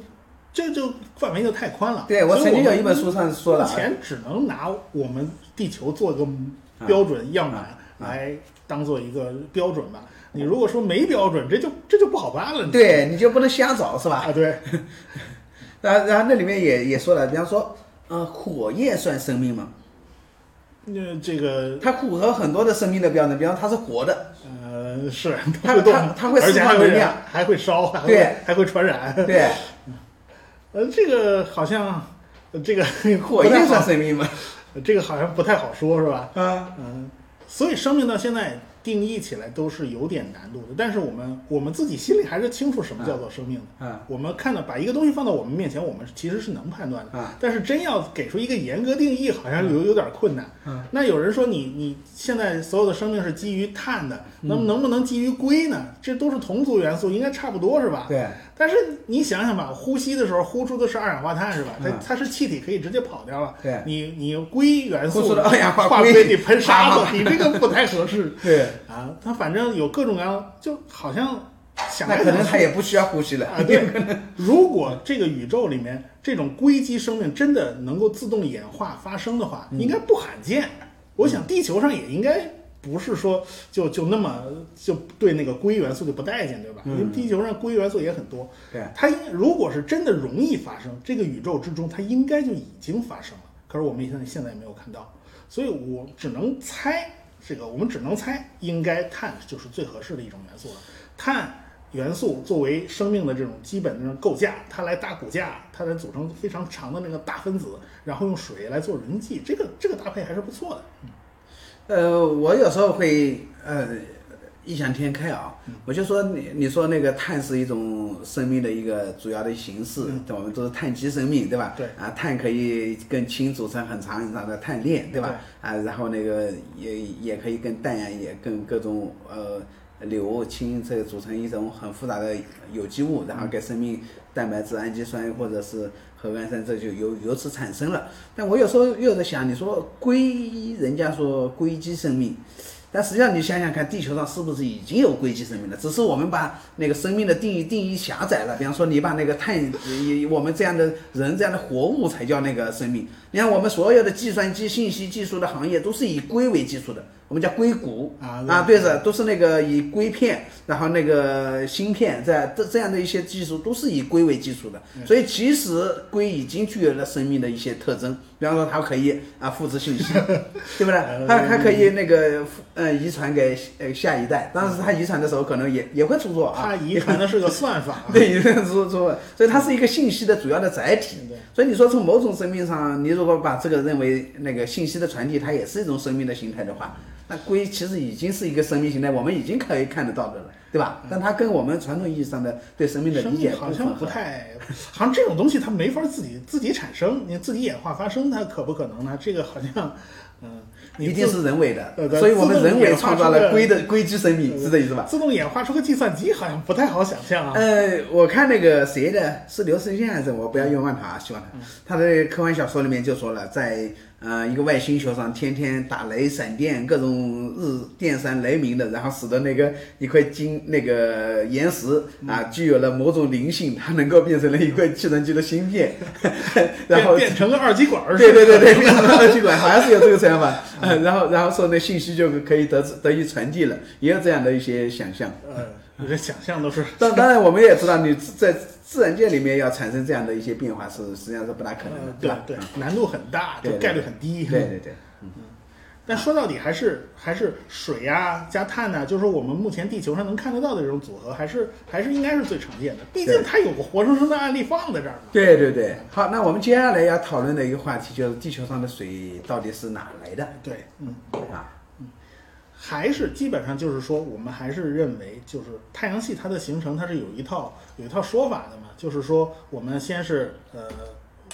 S2: 这就范围就太宽了。
S1: 对我
S2: 所以
S1: 曾经有
S2: 们
S1: 一本书上说了啊
S2: 目，前只能拿我们地球做个标准样
S1: 啊
S2: 板来当做一个标准吧。你如果说没标准，这就这就不好办了。你
S1: 对你就不能瞎找是吧？
S2: 啊，对，
S1: 然后然后那里面也也说了，比方说，呃，火焰算生命吗？
S2: 那这个
S1: 它符合很多的生命的标准，比方它是活的，
S2: 呃是
S1: 它
S2: 动
S1: 它它会
S2: 而
S1: 释
S2: 且还
S1: 放
S2: 会
S1: 能量
S2: 还会烧，还
S1: 对
S2: 会还会传染。
S1: 对，
S2: 呃，这个好像呃这个
S1: 火
S2: 不太
S1: 焰
S2: 好
S1: 算生命吗？
S2: 这个好像不太好说，是吧？
S1: 啊，
S2: 嗯，所以生命到现在定义起来都是有点难度的，但是我们我们自己心里还是清楚什么叫做生命的。
S1: 啊
S2: 我们看到把一个东西放到我们面前，我们其实是能判断的。
S1: 啊
S2: 但是真要给出一个严格定义，好像有有点困难。
S1: 啊
S2: 那有人说你你现在所有的生命是基于碳的，
S1: 嗯
S2: 那么能不能基于硅呢？这都是同族元素，应该差不多是
S1: 啊
S2: 吧？
S1: 对，
S2: 但是你想想吧，呼吸的时候呼出的是二氧化碳是吧？它、
S1: 嗯
S2: 它是气体，可以直接跑掉了。
S1: 对
S2: 你你硅元
S1: 呼
S2: 素
S1: 出的 二氧化
S2: 化
S1: 硅
S2: 硅你喷沙
S1: 啪啪
S2: 子，你这个不太合适
S1: 对，
S2: 啊。它反正有各种各样，就好像想
S1: 那
S2: 来
S1: 可能
S2: 想去
S1: 它也不需要呼吸了。
S2: 啊，对。如果这个宇宙里面这种硅基生命真的能够自动演化发生的话，应该不罕见。我想地球上也应该不是说就就那么就对那个硅元素就不待见，对吧？因为地球上硅元素也很多。
S1: 嗯对
S2: 它应如果是真的容易发生，这个宇宙之中它应该就已经发生了，可是我们现在现在没有看到，所以我只能猜，这个我们只能猜，应该碳就是最合适的一种元素了。碳元素作为生命的这种基本的这种构架，它来搭骨架，它来组成非常长的那个大分子，然后用水来做溶剂，这个这个搭配还是不错的。
S1: 呃，我有时候会呃异想天开啊，
S2: 嗯
S1: 我就说你你说那个碳是一种生命的一个主要的形式，我们都是碳基生命，对吧？
S2: 嗯对
S1: 啊，碳可以跟氢组成很长很长的碳链，对吧？啊，然后那个也也可以跟氮呀，也跟各种呃。硫、氢这组成一种很复杂的有机物，然后给生命蛋白质、氨基酸或者是核苷酸，这就由由此产生了。但我有时候又在想，你说硅，人家说硅基生命，但实际上你想想看，地球上是不是已经有硅基生命了？只是我们把那个生命的定义定义狭窄了。比方说，你把那个碳，呃我们这样的人这样的活物才叫那个生命。你看，我们所有的计算机信息技术的行业都是以硅为基础的，我们叫硅谷
S2: 啊
S1: 啊，对着都是那个以硅片，然后那个芯片在这这样的一些技术都是以硅为基础的，
S2: 嗯
S1: 所以其实硅已经具有了生命的一些特征，比方说它可以啊复制信息，对不对？ 它它可以那个复呃遗传给呃下一代，但是它遗传的时候可能也也会出错啊，，
S2: 它遗传的是个算法 啊
S1: 对，有点说错，所以它是一个信息的主要的载体
S2: 嗯对。
S1: 所以你说从某种生命上，你如果把这个认为那个信息的传递，它也是一种生命的形态的话，那硅其实已经是一个生命形态，我们已经可以看得到的了，对吧？但它跟我们传统意义上的对生命的
S2: 嗯生
S1: 理
S2: 命
S1: 解
S2: 好
S1: 不符
S2: 像
S1: 合
S2: 不太，好像这种东西它没法自己自己产生，你自己演化发生，它可不可能呢？这个好像，嗯，你
S1: 一定
S2: 自
S1: 是人为的
S2: 对，对
S1: 所以我们
S2: 自动
S1: 人为
S2: 演化
S1: 创造
S2: 出
S1: 了
S2: 的
S1: 硅的硅基生命，是这意思吧？
S2: 自动演化出个计算机，好像不太好想象啊。
S1: 呃，我看那个谁的，是刘慈欣还是我不要冤枉
S2: 嗯
S1: 他啊，希望他。他的科幻小说里面就说了，在呃一个外星球上，天天打雷、闪电、各种日电闪雷鸣的，然后使得那个一块金那个岩石
S2: 嗯
S1: 啊，具有了某种灵性，它能够变成了一块计算机的芯片， 然后
S2: 变变成个二极管儿似
S1: 对
S2: 的。
S1: 对对对，变成了气管，好像是有这个想 法。嗯，然后然后说那信息就可以得知得以传递了，也有这样的一些想象。
S2: 呃，我这想象都是
S1: 当当然，我们也知道，你自在自然界里面要产生这样的一些变化是实际上是不大可能的
S2: 呃，，
S1: 对
S2: 对
S1: 吧？
S2: 对，难度很大，
S1: 对
S2: 就
S1: 对
S2: 概率很低。
S1: 对对对，
S2: 但说到底还是还是水呀、加碳呐、就是说我们目前地球上能看得到的这种组合，还是还是应该是最常见的。毕竟
S1: 对
S2: 它有个活生生的案例放在这儿嘛。
S1: 对对对。好，那我们接下来要讨论的一个话题就是地球上的水到底是哪来的
S2: 对，嗯，
S1: 啊？
S2: 还是基本上就是说，我们还是认为就是太阳系它的形成，它是有一套有一套说法的嘛，就是说我们先是呃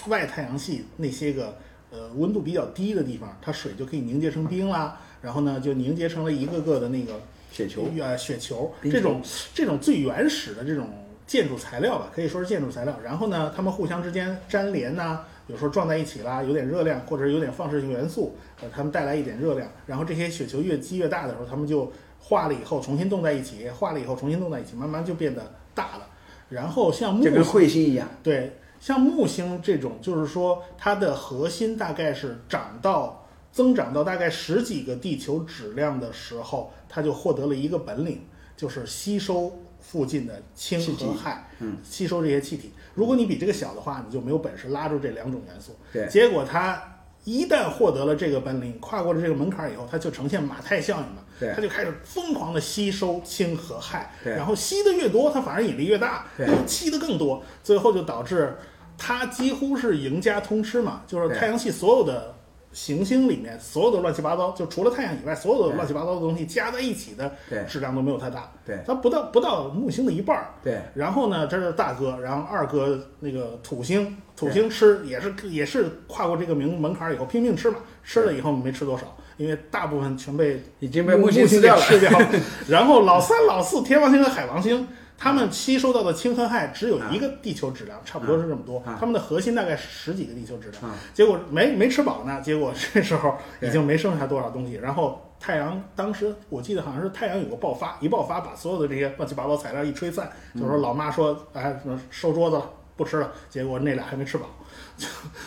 S2: 外太阳系那些个呃温度比较低的地方，它水就可以凝结成冰啦，然后呢就凝结成了一个个的那个
S1: 雪球，
S2: 呃雪球
S1: 冰球
S2: 这种这种最原始的这种建筑材料吧，可以说是建筑材料。然后呢，它们互相之间粘连呐、有时候撞在一起啦，有点热量或者有点放射性元素，呃，它们带来一点热量。然后这些雪球越积越大的时候，它们就化了以后重新冻在一起，化了以后重新冻在一起，慢慢就变得大了。然后像嗯木
S1: 就跟
S2: 星
S1: 彗星一样，
S2: 对，像木星这种，就是说它的核心大概是长到增长到大概十几个地球质量的时候，它就获得了一个本领，就是吸收附近的氢
S1: 气体嗯
S2: 和氦，吸收这些气体。如果你比这个小的话，你就没有本事拉住这两种元素。
S1: 对
S2: 结果它一旦获得了这个本领，跨过了这个门槛以后，它就呈现马太效应了。
S1: 对
S2: 它就开始疯狂的吸收氢和氦，
S1: 对
S2: 然后吸的越多，它反而引力越大，
S1: 对
S2: 然后吸的更多，最后就导致它几乎是赢家通吃嘛，就是
S1: 对
S2: 太阳系所有的行星里面所有的乱七八糟，就除了太阳以外，所有
S1: 对
S2: 的乱七八糟的东西加在一起的
S1: 对
S2: 质量都没有它大，
S1: 对
S2: 它不到不到木星的一半儿。
S1: 对
S2: 然后呢，这是大哥，然后二哥那个土星，土星吃也是也是跨过这个门门槛儿以后拼命吃嘛，吃了以后没吃多少，因为大部分全被
S1: 已经被木
S2: 木
S1: 星吃
S2: 吃
S1: 掉了。
S2: 吃掉。 然后老三、老四，天王星和海王
S1: 啊
S2: 星，他们吸收到的氢和氦只有一个地球质量，差不多是这么多
S1: 啊。
S2: 他们的核心大概十几个地球质量
S1: 啊，
S2: 结果没没吃饱呢，结果这时候
S1: 对
S2: 已经没剩下多少东西，然后。太阳当时我记得好像是太阳有个爆发，一爆发把所有的这些乱七八糟材料一吹散，
S1: 嗯
S2: 就说老妈说哎收桌子了不吃了，结果那俩还没吃饱，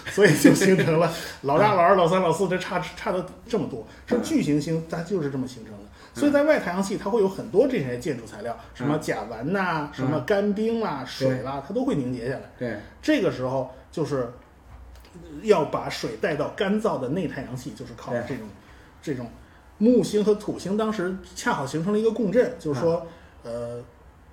S2: 所以就形成了老大、老二、老三、老四，这差差的这么多，是巨行星，它就是这么形成的。所以在外太阳系，它会有很多这些建筑材料，什么甲烷呐、什么干冰啦、水啦，它都会凝结下来。
S1: 对
S2: 这个时候就是要把水带到干燥的内太阳系，就是靠
S1: 对
S2: 这种这种木星和土星当时恰好形成了一个共振，就是说，
S1: 嗯
S2: 呃，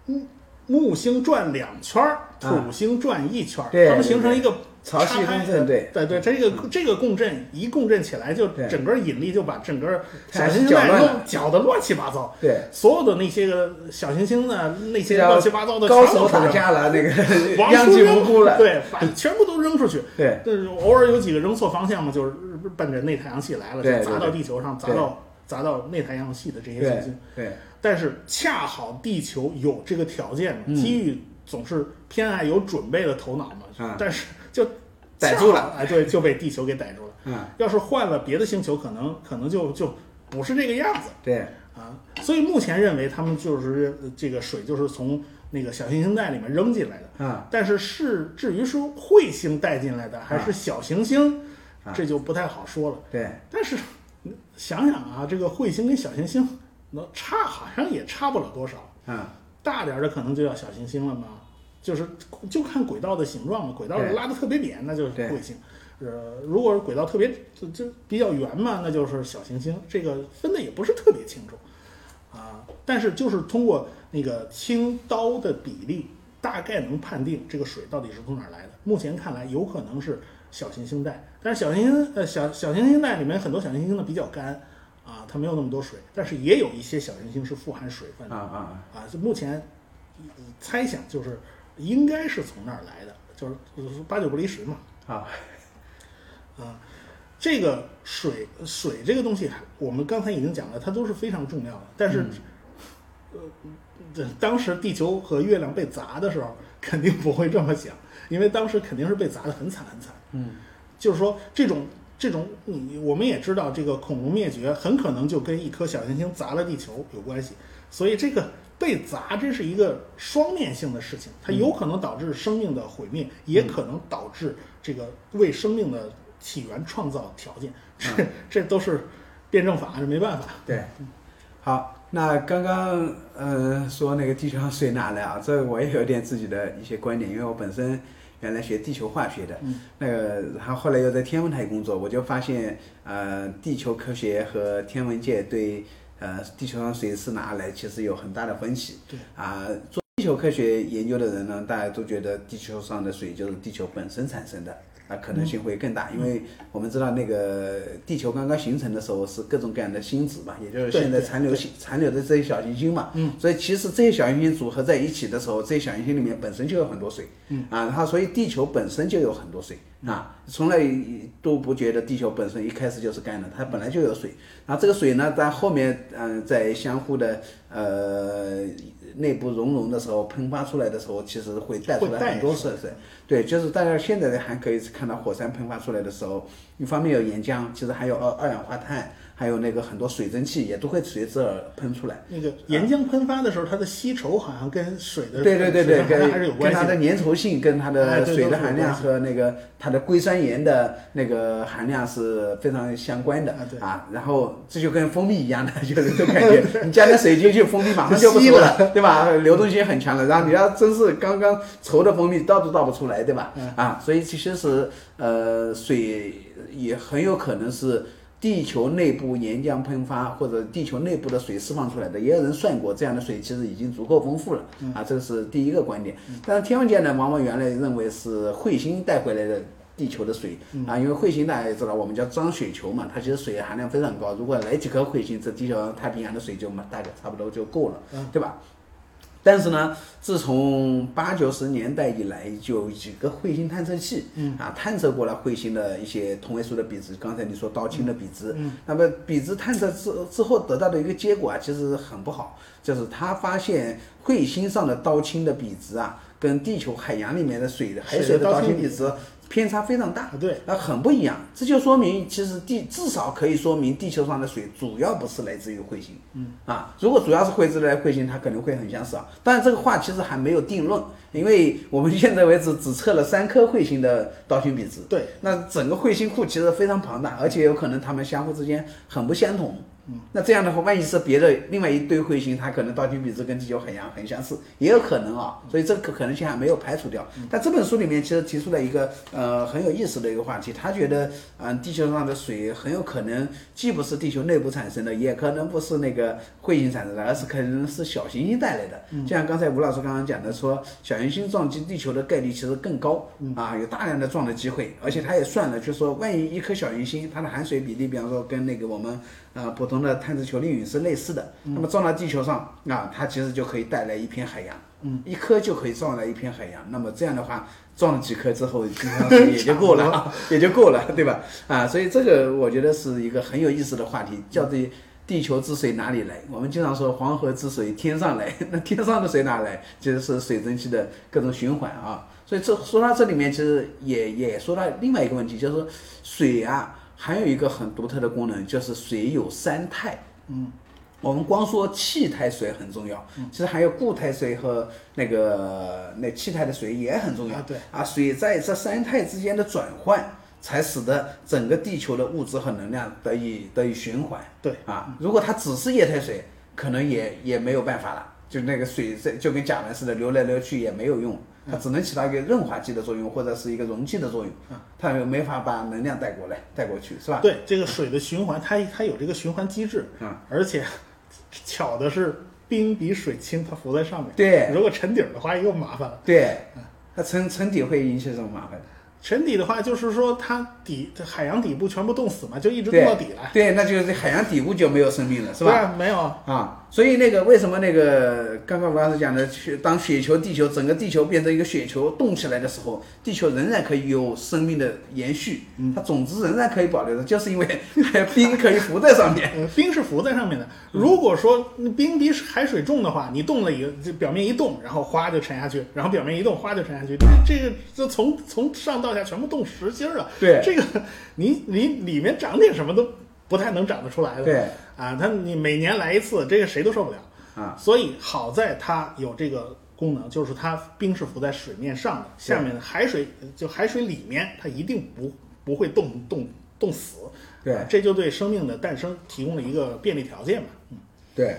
S2: 木木星转两圈儿，
S1: 啊
S2: 土星转一圈儿，
S1: 对
S2: 它们形成一个
S1: 潮汐共振对嗯
S2: 对对，这个这个共振一共振起来，就
S1: 对
S2: 整个引力就把整个
S1: 太
S2: 小
S1: 阳系
S2: 行
S1: 搅
S2: 星带
S1: 乱
S2: 弄
S1: 了
S2: 搅得乱七八糟。
S1: 对，
S2: 所有的那些个小行星呢，那些
S1: 叫
S2: 乱七八糟的
S1: 高
S2: 全
S1: 手
S2: 都是这
S1: 打
S2: 样
S1: 架了，那个
S2: 王
S1: 殃
S2: 叔
S1: 及
S2: 扔
S1: 无辜了。
S2: 对，把全部都扔出去。
S1: 对
S2: 但是偶尔有几个扔错方向嘛，就是奔着内太阳系来了，
S1: 对
S2: 就砸
S1: 对
S2: 到
S1: 对
S2: 地球上，砸
S1: 对
S2: 到砸到内太阳系的这些哎行
S1: 对
S2: 星。
S1: 对
S2: 但是恰好地球有这个条件嘛，机遇总是偏爱有准备的头脑嘛。
S1: 嗯
S2: 但是就
S1: 逮住了
S2: 恰好，哎，对，就被地球给逮住了。
S1: 嗯，
S2: 要是换了别的星球，可能可能就就不是这个样子。
S1: 对
S2: 啊，所以目前认为他们就是呃这个水就是从那个小行星带里面扔进来的。
S1: 啊，
S2: 但是是至于说彗星带进来的还是小行星，
S1: 啊
S2: 这就不太好说了。
S1: 对
S2: 但是嗯想想啊，这个彗星跟小行星能差好像也差不了多少，
S1: 啊，
S2: 大点儿的可能就叫小行星了嘛，就是就看轨道的形状嘛，轨道
S1: 对
S2: 拉的特别扁，那就是
S1: 对
S2: 彗星。呃，如果是轨道特别就就比较圆嘛，那就是小行星。这个分的也不是特别清楚啊，但是就是通过那个倾刀的比例，大概能判定这个水到底是从哪儿来的。目前看来，有可能是小行星带，但是小行星呃小小行星带里面很多小行星呢比较干啊，它没有那么多水，但是也有一些小行星是富含水分
S1: 啊
S2: 的。
S1: 啊，
S2: 啊，就目前以以猜想就是应该是从那儿来的，就是就是说八九不离十嘛。
S1: 好，
S2: 啊，这个水水这个东西，我们刚才已经讲了，它都是非常重要的。但是，呃，这当时地球和月亮被砸的时候，肯定不会这么想，因为当时肯定是被砸得很惨很惨。
S1: 嗯，
S2: 就是说这种这种，你我们也知道，这个恐龙灭绝很可能就跟一颗小行星砸了地球有关系，所以这个被砸这是一个双面性的事情，它
S1: 嗯
S2: 有可能导致生命的毁灭，也可能导致这个为生命的起源
S1: 嗯
S2: 创造条件，这这都是辩证法，这没办法。
S1: 对，好，那刚刚嗯、呃说那个地球上水哪来啊？这个我也有点自己的一些观点，因为我本身原来学地球化学的，
S2: 嗯
S1: 那个然后后来又在天文台工作，我就发现呃地球科学和天文界对呃地球上水是哪来其实有很大的分歧。
S2: 对
S1: 啊、做地球科学研究的人呢，大家都觉得地球上的水就是地球本身产生的。啊，可能性会更大，因
S2: 嗯
S1: 为我们知道那个地球刚刚形成的时候是各种各样的星子嘛，也就是
S2: 对
S1: 现在
S2: 对
S1: 残留
S2: 对
S1: 星残留的这些小行星嘛，
S2: 嗯，
S1: 所以其实这些小行星组合在一起的时候，这些小行星里面本身就有很多水，
S2: 嗯
S1: 啊，然后所以地球本身就有很多水啊，从来都不觉得地球本身一开始就是干的，它本来就有水，然后这个水呢，在后面嗯、在相互的呃内部熔融的时候喷发出来的时候，其实会带出
S2: 会
S1: 来
S2: 带
S1: 很多
S2: 出
S1: 色水，对，就是大家现在的还可以看到火山喷发出来的时候，一方面有岩浆，其实还有二二氧化碳，还有那个很多水蒸气也都会随之而喷出来。
S2: 那个岩浆喷发的时候，它的吸稠好像跟水的
S1: 对对对
S2: 呃水
S1: 对，
S2: 的含量还是有
S1: 跟跟
S2: 关系
S1: 它的
S2: 的。
S1: 粘稠性、跟它
S2: 哎
S1: 的
S2: 对
S1: 水
S2: 都
S1: 的
S2: 是有
S1: 含量
S2: 关系
S1: 和那个它的硅酸盐的那个含量是非常相关的
S2: 啊对
S1: 啊。然后这就跟蜂蜜一样的， 就是这种感 觉，你加点水进去，蜂蜜马上就不
S2: 吸
S1: 熟了， 对吧？流动性很强了。然后你要真是刚刚稠的蜂蜜，倒都倒不出来，对吧？啊，所以其实是呃，水也很有可能是。地球内部岩浆喷发或者地球内部的水释放出来的，也有人算过，这样的水其实已经足够丰富了、啊，这是第一个观点。但是天文界呢，往往原来认为是彗星带回来的地球的水、啊，因为彗星大家也知道，我们叫装水球嘛，它其实水含量非常高，如果来几颗彗星，这地球上太平洋的水就嘛大概差不多就够了，
S2: 嗯
S1: 对吧？但是呢，自从八九十年代以来，就有几个彗星探测器，
S2: 嗯
S1: 啊，探测过了彗星的一些同位素的比值。刚才你说刀氢的比值，
S2: 嗯
S1: 那么比值探测之之后得到的一个结果啊，其实很不好，就是他发现彗星上的刀氢的比值啊，跟地球海洋里面的水的海水
S2: 水
S1: 的
S2: 的刀
S1: 刀
S2: 氢
S1: 氢比值偏差非常大。
S2: 啊对，
S1: 那很不一样，这就说明其实地至少可以说明地球上的水主要不是来自于彗星，嗯啊，如果主要是来自于彗星，它可能会很相似啊。但这个话其实还没有定论，因为我们现在为止只测了三颗彗星的刀星比值，
S2: 对，
S1: 那整个彗星库其实非常庞大，而且有可能它们相互之间很不相同。嗯，那这样的话，万一是别的另外一堆彗星，它可能道径比值跟地球海洋很相似，也有可能啊。所以这个可能性还没有排除掉。但这本书里面其实提出了一个呃很有意思的一个话题，他觉得嗯、呃地球上的水很有可能既不是地球内部产生的，也可能不是那个彗星产生的，而是可能是小行星带来的。就像刚才吴老师刚刚讲的说小行星撞击地球的概率其实更高、啊，有大量的撞的机会，而且他也算了，就说万一一颗小行星它的含水比例，比方说跟那个我们呃普通的碳质球粒陨是类似的，那么撞到地球上啊，它其实就可以带来一片海洋。嗯，一颗就可以撞来一片海洋，那么这样的话，撞了几颗之后，地球上也就够了，也就够了，对吧？啊，所以这个我觉得是一个很有意思的话题，叫做地球之水哪里来？我们经常说黄河之水天上来， 那天上的水哪来？其实是水蒸气的各种循环啊。所以这说到这里面，其实也也说到另外一个问题，就是说水啊，还有一个很独特的功能，就是水有三态。嗯我们光说气态水很重要，
S2: 嗯
S1: 其实还有固态水和那个那气态的水也很重要。
S2: 啊对
S1: 啊，水在这三态之间的转换，才使得整个地球的物质和能量得以得以循环。
S2: 对
S1: 啊，如果它只是液态水，可能也也没有办法了，就那个水在就跟甲烷似的流来流去也没有用。
S2: 嗯
S1: 它只能起到一个润滑剂的作用，或者是一个容器的作用，它又没法把能量带过来、带过去，是吧？
S2: 嗯对这个水的循环，它它有这个循环机制，
S1: 嗯
S2: 而且巧的是冰比水轻，它浮在上面。
S1: 对
S2: 如果沉底儿的话又麻烦了。
S1: 对，它沉沉底会引起什么麻烦？
S2: 沉底的话，就是说它底它海洋底部全部冻死嘛，就一直冻
S1: 对
S2: 到底来，
S1: 对，那就是海洋底部就没有生命了，是
S2: 对
S1: 吧？
S2: 啊？没有，
S1: 啊，所以那个为什么那个刚刚吴老师讲的，雪当雪球、地球整个地球变成一个雪球动起来的时候，地球仍然可以有生命的延续，它种子仍然可以保留着，就是因为 冰可以浮在上面。
S2: 呃，冰是浮在上面的。如果说冰比海水重的话，你冻了以后，这表面一冻，然后哗就沉下去，然后表面一冻，哗就沉下去。这个这从从上到下全部冻实心儿了。
S1: 对
S2: 这个你你里面长点什么都不太能长得出来的。
S1: 对
S2: 啊，它你每年来一次，这个谁都受不了。
S1: 啊，
S2: 所以好在它有这个功能，就是它冰是浮在水面上的，下面的海水就海水里面，它一定不不会冻冻冻死。
S1: 对
S2: 这就对生命的诞生提供了一个便利条件嘛。
S1: 对，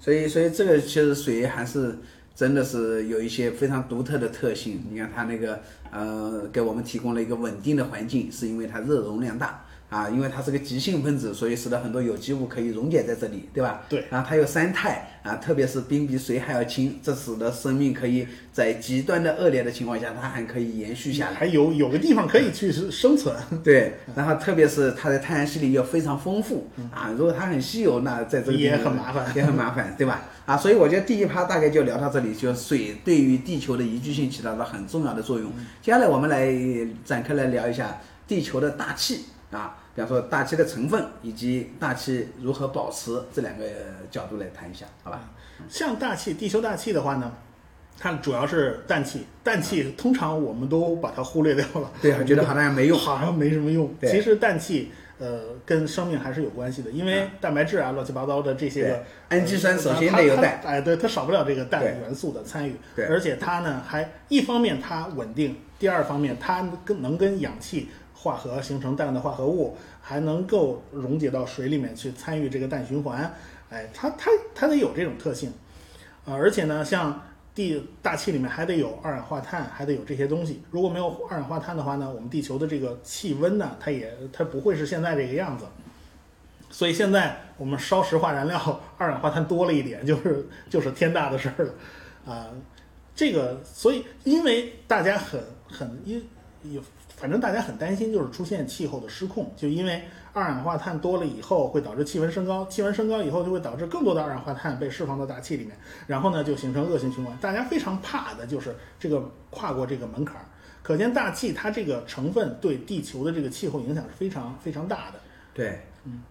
S1: 所以所以这个其实水还是真的是有一些非常独特的特性。你看它那个呃，给我们提供了一个稳定的环境，是因为它热容量大。啊，因为它是个极性分子，所以使得很多有机物可以溶解在这里，对吧？
S2: 对
S1: 然后它有三态啊，特别是冰比水还要轻，这使得生命可以在极端的恶劣的情况下，它还可以延续下来。
S2: 还有有个地方可以去生生存。
S1: 对，然后特别是它在太阳系里又非常丰富啊，如果它很稀有，那在这个地
S2: 嗯也
S1: 方
S2: 很麻烦
S1: 也很麻烦，对吧？啊，所以我觉得第一趴大概就聊到这里，就是水对于地球的宜居性起到了很重要的作用。
S2: 嗯
S1: 接下来我们来展开来聊一下地球的大气啊，比方说大气的成分以及大气如何保持这两个角度来谈一下，好
S2: 嗯
S1: 吧？
S2: 啊像大气，地球大气的话呢，它主要是氮气，氮气通常我们都把它忽略掉了，
S1: 对啊，觉得好像 没用。
S2: 好像没什么用。
S1: 对
S2: 其实氮气，呃，跟生命还是有关系的，因为蛋白质啊、乱七八糟的这些个
S1: 对氨基酸
S2: 呃
S1: 首先
S2: 它
S1: 得有
S2: 它
S1: 氮
S2: 哎，对，它少不了这个氮
S1: 对
S2: 元素的参与。
S1: 对
S2: 而且它呢，还一方面它稳定，第二方面它跟能跟氧气。化合形成氮的化合物，还能够溶解到水里面去，参与这个氮循环。哎，它它它得有这种特性。啊，而且呢，像地大气里面还得有二氧化碳，还得有这些东西。如果没有二氧化碳的话呢，我们地球的这个气温呢，它也它不会是现在这个样子。所以现在我们烧石化燃料，二氧化碳多了一点，就是就是天大的事儿了，啊、这个所以因为大家很很因也反正大家很担心，就是出现气候的失控，就因为二氧化碳多了以后会导致气温升高，气温升高以后就会导致更多的二氧化碳被释放到大气里面，然后呢就形成恶性循环。大家非常怕的就是这个跨过这个门槛儿，可见大气它这个成分对地球的这个气候影响是非常非常大的。
S1: 对，嗯，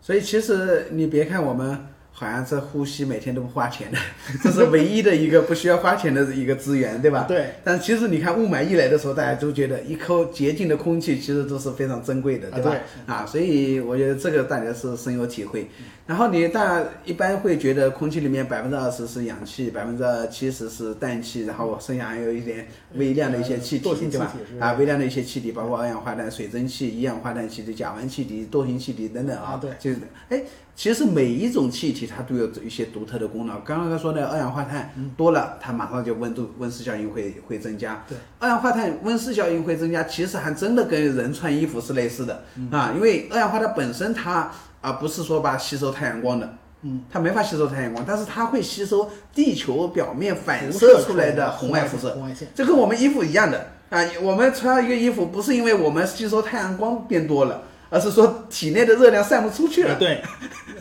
S1: 所以其实你别看我们好像这呼吸每天都不花钱 的，这是唯一的一个不需要花钱的一个资源，对吧？
S2: 啊对。
S1: 但其实你看雾霾一来的时候，大家都觉得一口洁净的空气其实都是非常珍贵的，
S2: 啊
S1: 对吧？啊，所以我觉得这个大家是深有体会。然后你大一般会觉得空气里面百分之二十是氧气，百分之七十是氮气，然后剩下还有一点微量的一些气体，
S2: 惰性
S1: 对吧
S2: 气体？是
S1: 啊，微量的一些气体，包括二氧化碳、水蒸气、一氧化碳气体、甲烷气体、惰性气体等等啊。
S2: 啊对
S1: 就是哎，其实每一种气体它都有一些独特的功能。刚刚说的二氧化碳
S2: 嗯
S1: 多了，它马上就温度温室效应会会增加。
S2: 对，
S1: 二氧化碳温室效应会增加，其实还真的跟人穿衣服是类似的、
S2: 嗯
S1: 啊，因为二氧化碳本身它啊、不是说把吸收太阳光的。
S2: 嗯，
S1: 它没法吸收太阳光，但是它会吸收地球表面反
S2: 辐
S1: 射
S2: 射
S1: 出
S2: 出
S1: 来
S2: 来
S1: 的
S2: 的
S1: 红外辐射，
S2: 红外线
S1: 这跟我们衣服一样的啊。我们穿一个衣服，不是因为我们吸收太阳光变多了，而是说体内的热量散不出去了。
S2: 对，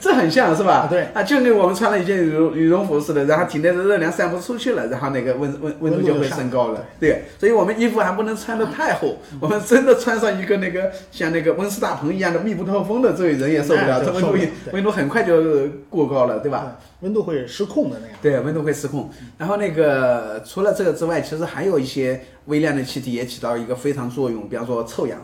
S1: 这很像是吧？
S2: 啊对
S1: 啊，就跟我们穿了一件羽绒羽绒服似的，然后体内的热量散不出去了，然后那个温温温度就会升高了。对，所以我们衣服还不能穿的太厚，我们真的穿上一个那个像那个温室大棚一样的密不透风的，这人也受不了，
S2: 哎
S1: 这温度
S2: 受不了对
S1: 温度很快就过高了，对吧？
S2: 嗯温度会失控的那样。
S1: 对，温度会失控。然后那个除了这个之外，其实还有一些微量的气体也起到一个非常作用，比方说臭氧。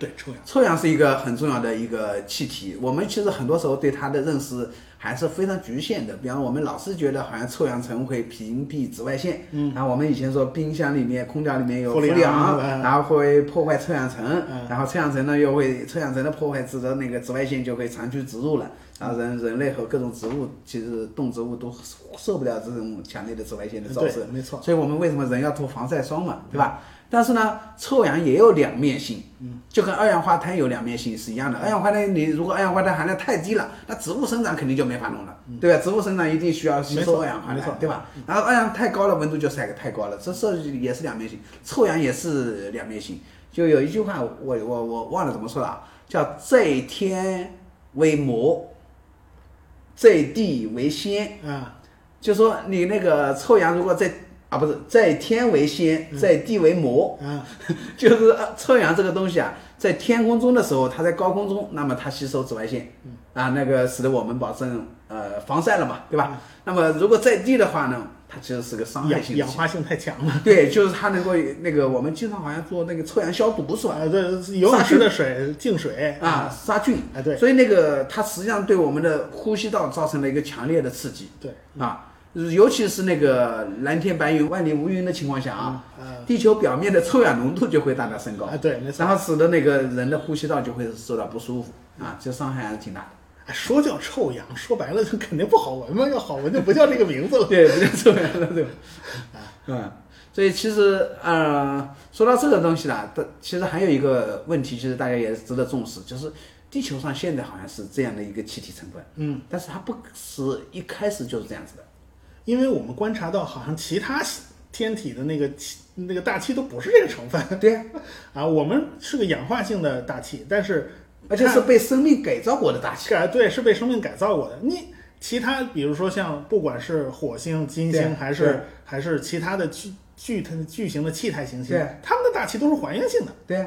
S2: 对，臭氧。
S1: 臭氧是一个很重要的一个气体，我们其实很多时候对它的认识还是非常局限的。比方我们老是觉得好像臭氧层会屏蔽紫外线，嗯，然后我们以前说冰箱里面、空调里面有氟
S2: 氟利
S1: 利
S2: 昂
S1: 昂，
S2: 嗯
S1: 然后会破坏臭氧层，
S2: 嗯
S1: 然后臭氧层呢又会臭氧层的破坏，使得那个紫外线就会长驱直入了。然后人人类和各种植物，其实动植物都受不了这种强烈的紫外线的照射
S2: 对，，没错。
S1: 嗯所以我们为什么人要涂防晒霜嘛，对吧？但是呢，臭氧也有两面性，
S2: 嗯
S1: 就跟二氧化碳有两面性是一样的。二氧化碳你如果二氧化碳含量太低了，那植物生长肯定就没法弄了，对吧？植物生长一定需要吸
S2: 嗯没
S1: 收
S2: 错
S1: 二氧化
S2: 没错嗯
S1: 碳，对吧？然后二氧太高了，温度就晒得太高了，这这也是两面性。臭氧也是两面性，就有一句话我我我忘了怎么说了啊，叫在天为魔，在地为仙。
S2: 啊，
S1: 就说你那个臭氧如果在啊不是在天为仙，在地为魔，
S2: 嗯，
S1: 就是呃臭氧这个东西啊，在天空中的时候，它在高空中，那么它吸收紫外线，
S2: 嗯
S1: 啊那个使得我们保证呃防晒了嘛，对
S2: 嗯
S1: 吧？那么如果在地的话呢，它其实是个伤害性
S2: 氧
S1: 的
S2: 氧
S1: 气体。
S2: 化性太强了。
S1: 对，就是它能够那个，我们经常好像做那个臭氧消毒是吧？
S2: 啊，对，游泳池的水净水
S1: 啊，，杀菌
S2: 嗯哎对
S1: 所以那个它实际上对我们的呼吸道造成了一个强烈的刺激，
S2: 对
S1: 啊，尤其是那个蓝天白云、万里无云的情况下啊，
S2: 嗯
S1: 地球表面的臭氧浓度就会大大升高，
S2: 啊，对，没错。嗯
S1: 然后使得那个人的呼吸道就会受到不舒服啊，这伤害还是挺大的。
S2: 哎说叫臭氧，说白了就肯定不好闻嘛，要好闻就不叫这个名字了。
S1: 对，不就这么样了，对吧？
S2: 啊
S1: 嗯，所以其实呃，说到这个东西啦，但其实还有一个问题，其实大家也值得重视，就是地球上现在好像是这样的一个气体成分，
S2: 嗯，
S1: 但是它不是一开始就是这样子的，
S2: 因为我们观察到，好像其他天体的那个气那个大气都不是这个成分
S1: 对呀、
S2: 啊，我们是个氧化性的大气，但是
S1: 而且是被生命改造过的大气，
S2: 改对是被生命改造过的。你其他比如说像不管是火星、金
S1: 对
S2: 星还
S1: 对
S2: 是还是其他的巨巨巨型的气态行星
S1: 对，
S2: 它们的大气都是还原性的。
S1: 对呀、啊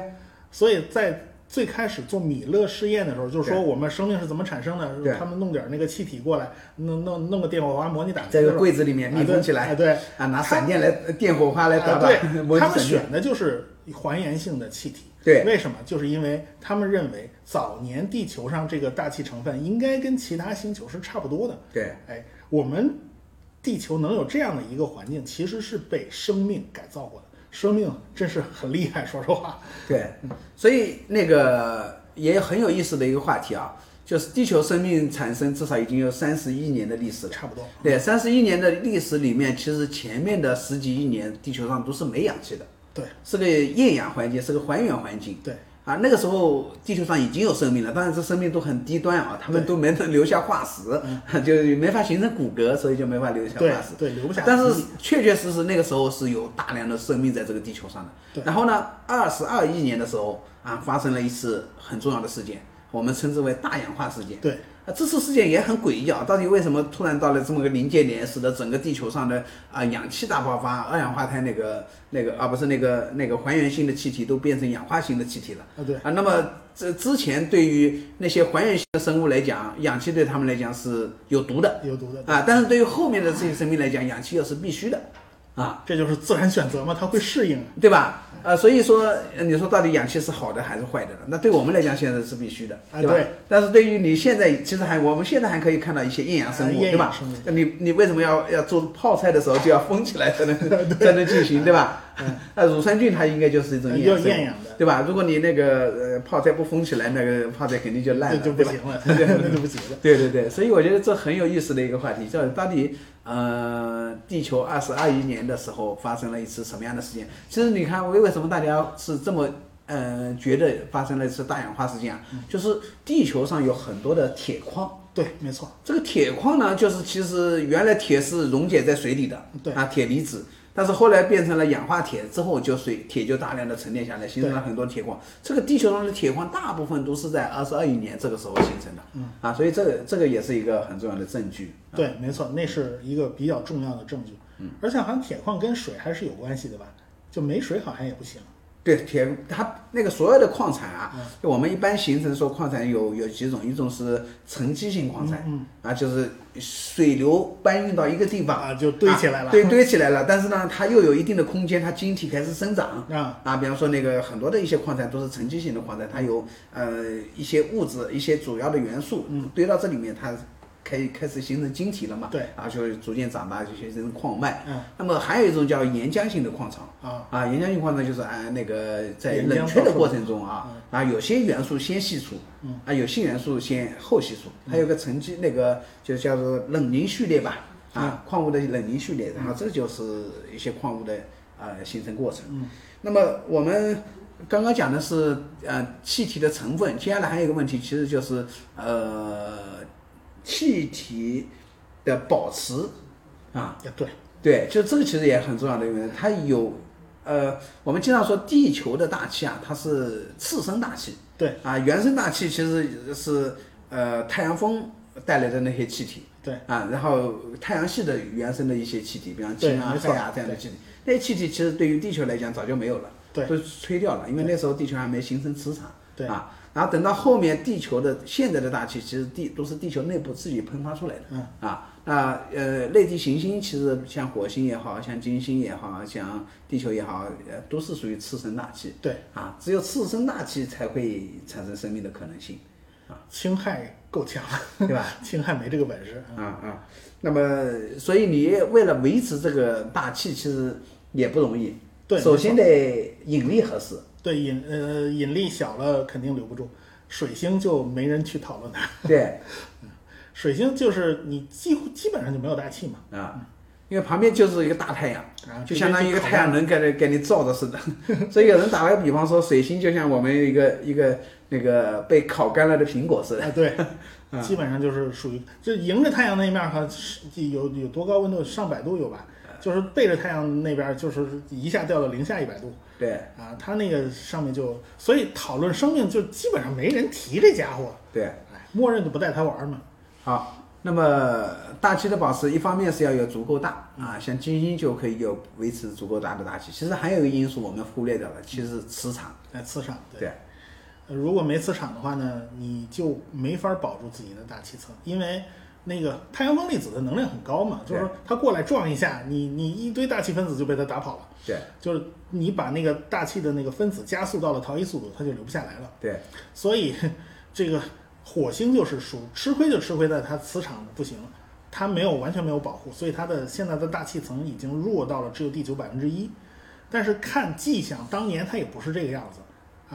S2: 所以在最开始做米勒试验的时候，就是说
S1: 对
S2: 我们生命是怎么产生
S1: 对
S2: 的，他们弄点那个气体过来，弄弄弄个电火花模拟打
S1: 在一个
S2: 就是
S1: 柜子里面密封起
S2: 啊
S1: 来，
S2: 对，
S1: 啊，拿闪电来呃电火花来打
S2: 啊
S1: 打，
S2: 对，
S1: 模拟
S2: 他们
S1: 闪电，
S2: 选的就是还原性的气体。
S1: 对
S2: 为什么？就是因为他们认为早年地球上这个大气成分应该跟其他星球是差不多的。
S1: 对
S2: 哎，我们地球能有这样的一个环境，其实是被生命改造过的。生命真是很厉害，说实话。
S1: 对，所以那个也很有意思的一个话题啊，就是地球生命产生至少已经有三十亿年的历史了。
S2: 差不多。
S1: 对，三十一年的历史里面，其实前面的十几亿年，地球上都是没氧气的，
S2: 对
S1: 是个厌氧环境，是个还原环境。
S2: 对
S1: 啊，那个时候地球上已经有生命了，但是这生命都很低端啊，他们都没能留下化石， 就是没法形成骨骼，所以就没法留下
S2: 嗯对
S1: 化石。
S2: 对，留不下记忆。
S1: 但是确确实实那个时候是有大量的生命在这个地球上的
S2: 对。
S1: 然后呢，二十二亿年的时候啊，发生了一次很重要的事件，我们称之为大氧化事件。
S2: 对
S1: 啊，这次事件也很诡异啊！到底为什么突然到了这么个临界点，使得整个地球上的啊、氧气大爆发，二氧化碳那个那个啊不是那个那个还原性的气体都变成氧化性的气体了
S2: 啊，对
S1: 啊？那么这之前对于那些还原性的生物来讲，氧气对他们来讲是有毒的
S2: 有毒的，
S1: 啊，但是对于后面的这些生命来讲，氧气又是必须的啊。
S2: 这就是自然选择嘛，它会适应。
S1: 对吧？呃，所以说，呃你说到底氧气是好的还是坏的呢？那对我们来讲，现在是必须的，
S2: 啊
S1: 吧？
S2: 对
S1: 但是对于你现在，其实还我们现在还可以看到一些厌氧生物，
S2: 啊厌氧
S1: 对吧
S2: 生物？
S1: 你你为什么要要做泡菜的时候就要封起来才 能 才能进行，对吧？
S2: 嗯
S1: 那乳酸菌它应该就是一种厌氧生
S2: 要呃厌氧
S1: 物
S2: 的，
S1: 对吧？如果你那个呃泡菜不封起来，那个泡菜肯定就烂
S2: 那
S1: 了，
S2: 就
S1: 对
S2: 不
S1: 吧？
S2: 行了， 那就不行了。
S1: 对对对，所以我觉得这很有意思的一个话题，叫到底呃，地球二十二亿年的时候发生了一次什么样的事件？其实你看，为为什么大家是这么呃觉得发生了一次大氧化事件啊？就是地球上有很多的铁矿。
S2: 对，没错，
S1: 这个铁矿呢，就是其实原来铁是溶解在水里的，
S2: 对
S1: 啊，铁离子，但是后来变成了氧化铁之后，就水铁就大量的沉淀下来，形成了很多铁矿。这个地球上的铁矿大部分都是在二十二亿年这个时候形成的，嗯，啊，所以这个这个也是一个很重要的证据。
S2: 对，没错，那是一个比较重要的证据。嗯，而且好像铁矿跟水还是有关系的吧？就没水好像也不行。
S1: 对铁，它那个所有的矿产啊，
S2: 嗯
S1: 就我们一般形成说矿产有有几种，一种是沉积性矿产，
S2: 嗯
S1: 啊，就是水流搬运到一个地方
S2: 啊就堆起来了
S1: 啊对，堆起来了。但是呢，它又有一定的空间，它晶体开始生长
S2: 啊
S1: 比方说那个很多的一些矿产都是沉积性的矿产，它有呃一些物质、一些主要的元素、堆到这里面，它开开始形成晶体了嘛，
S2: 嗯对
S1: 啊，就逐渐长大，就形成矿脉。
S2: 嗯
S1: 那么还有一种叫岩浆性的矿场。
S2: 啊，
S1: 啊，岩浆性矿呢，就是按那个在
S2: 岩
S1: 冷
S2: 浆嗯
S1: 却的
S2: 爆
S1: 过
S2: 出
S1: 程中啊，啊有些元素先析出，
S2: 嗯
S1: 啊有些元素先后析出，还有个沉积那个就叫做冷凝序列吧，
S2: 嗯
S1: 啊矿物的冷凝序列，然后这就是一些矿物的呃形成过程。
S2: 嗯
S1: 那么我们刚刚讲的是呃气体的成分，接下来还有一个问题，其实就是呃气体的保持啊。
S2: 也对，
S1: 对，就这个其实也很重要的一个原因，它有，呃，我们经常说地球的大气啊，它是次生大气，
S2: 对
S1: 啊，原生大气其实是呃太阳风带来的那些气体，
S2: 对
S1: 啊，然后太阳系的原生的一些气体，比方
S2: 对
S1: 氢啊、
S2: 没
S1: 氦
S2: 错
S1: 啊这样的气体，那些气体其实对于地球来讲早就没有了，
S2: 对
S1: 都吹掉了，因为那时候地球还没形成磁场，
S2: 对
S1: 啊，然后等到后面地球的现在的大气，其实地都是地球内部自己喷发出来的，
S2: 嗯
S1: 啊，那呃内地行星其实像火星也好像金星也好像地球也好，呃都是属于次生大气，
S2: 对，
S1: 啊，只有次生大气才会产生生命的可能性，
S2: 氢氦够强，
S1: 嗯对吧？
S2: 氢氦没这个本事。
S1: 啊啊，那么所以你为了维持这个大气，其实也不容易。
S2: 对
S1: 首先得引力合适。
S2: 对，引呃引力小了肯定留不住，水星就没人去讨论它。
S1: 对
S2: 水星就是你几乎基本上就没有大气嘛，
S1: 啊，因为旁边就是一个大太阳，
S2: 啊，
S1: 就相当于一个太阳
S2: 能。
S1: 能给你给你照着似的。 所以有人打了个比方说，水星就像我们一个一个那个被烤干了的苹果似的。
S2: 啊，对， 基本上就是属于就迎着太阳那一面儿哈，是有有多高温度？上百度有吧？就是背着太阳那边儿，就是一下掉到零下一百度
S1: 对
S2: 啊，它那个上面就，所以讨论生命就基本上没人提这家伙，
S1: 对，
S2: 哎，默认就不带他玩儿嘛。
S1: 好。那么大气的保持，一方面是要有足够大啊，像金星就可以有维持足够大的大气。其实还有一个因素我们忽略掉了，其实是磁场。
S2: 哎，磁场，对，
S1: 对
S2: 呃如果没磁场的话呢，你就没法保住自己的大气层，因为那个太阳风粒子的能量很高嘛，就是说它过来撞一下，你你一堆大气分子就被它打跑了。
S1: 对
S2: 就是你把那个大气的那个分子加速到了逃逸速度，它就留不下来了。
S1: 对
S2: 所以这个火星就是属吃亏，就吃亏在它磁场不行，它没有完全没有保护，所以它的现在的大气层已经弱到了只有地球百分之一。但是看迹象，当年它也不是这个样子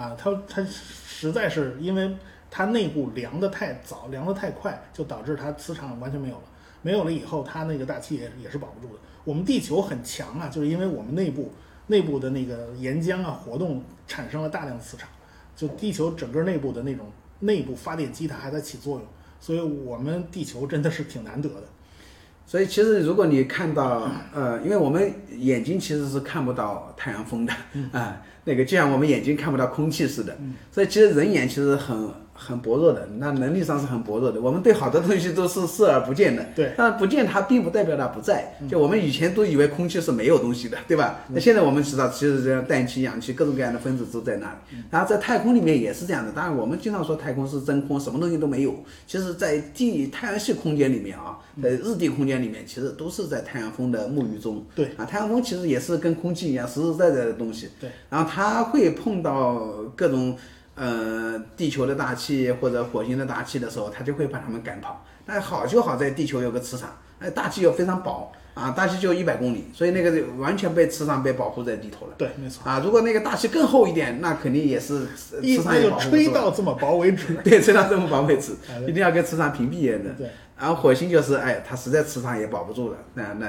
S2: 啊，它它实在是因为它内部凉得太早，凉得太快，就导致它磁场完全没有了。没有了以后，它那个大气也也是保不住的。我们地球很强啊，就是因为我们内部内部的那个岩浆啊活动产生了大量磁场，就地球整个内部的那种内部发电机它还在起作用，所以我们地球真的是挺难得的。
S1: 所以其实如果你看到，呃，因为我们眼睛其实是看不到太阳风的， 啊、
S2: 嗯
S1: 那个就像我们眼睛看不到空气似的，所以其实人眼其实很很薄弱的，那能力上是很薄弱的。我们对好多东西都是视而不见的，
S2: 对，嗯
S1: 但不见它并不代表它不在。就我们以前都以为空气是没有东西的，对吧？那现在我们知道，其实这样氮气、氧气各种各样的分子都在那
S2: 嗯
S1: 里。然后在太空里面也是这样的。当然，我们经常说太空是真空，什么东西都没有。其实，在地太阳系空间里面啊，
S2: 嗯
S1: 在日地空间里面，其实都是在太阳风的沐浴中。
S2: 对
S1: 啊，太阳风其实也是跟空气一样实实在在的东西。
S2: 对，
S1: 然后它会碰到各种呃地球的大气或者火星的大气的时候，它就会把它们赶跑。那好就好在地球有个磁场，哎，大气又非常薄啊，大气就一百公里，所以那个完全被磁场被保护在里头了。
S2: 对，没错，
S1: 啊，如果那个大气更厚一点，那肯定也是磁
S2: 一
S1: 呃磁场
S2: 那
S1: 也
S2: 就
S1: 保护不
S2: 吹
S1: 住了
S2: 到这么薄为止。
S1: 对，磁场这么防为止，
S2: 哎
S1: 一定要跟磁场屏蔽一的。
S2: 对，
S1: 然后火星就是，哎，它实在磁场也保不住了，那那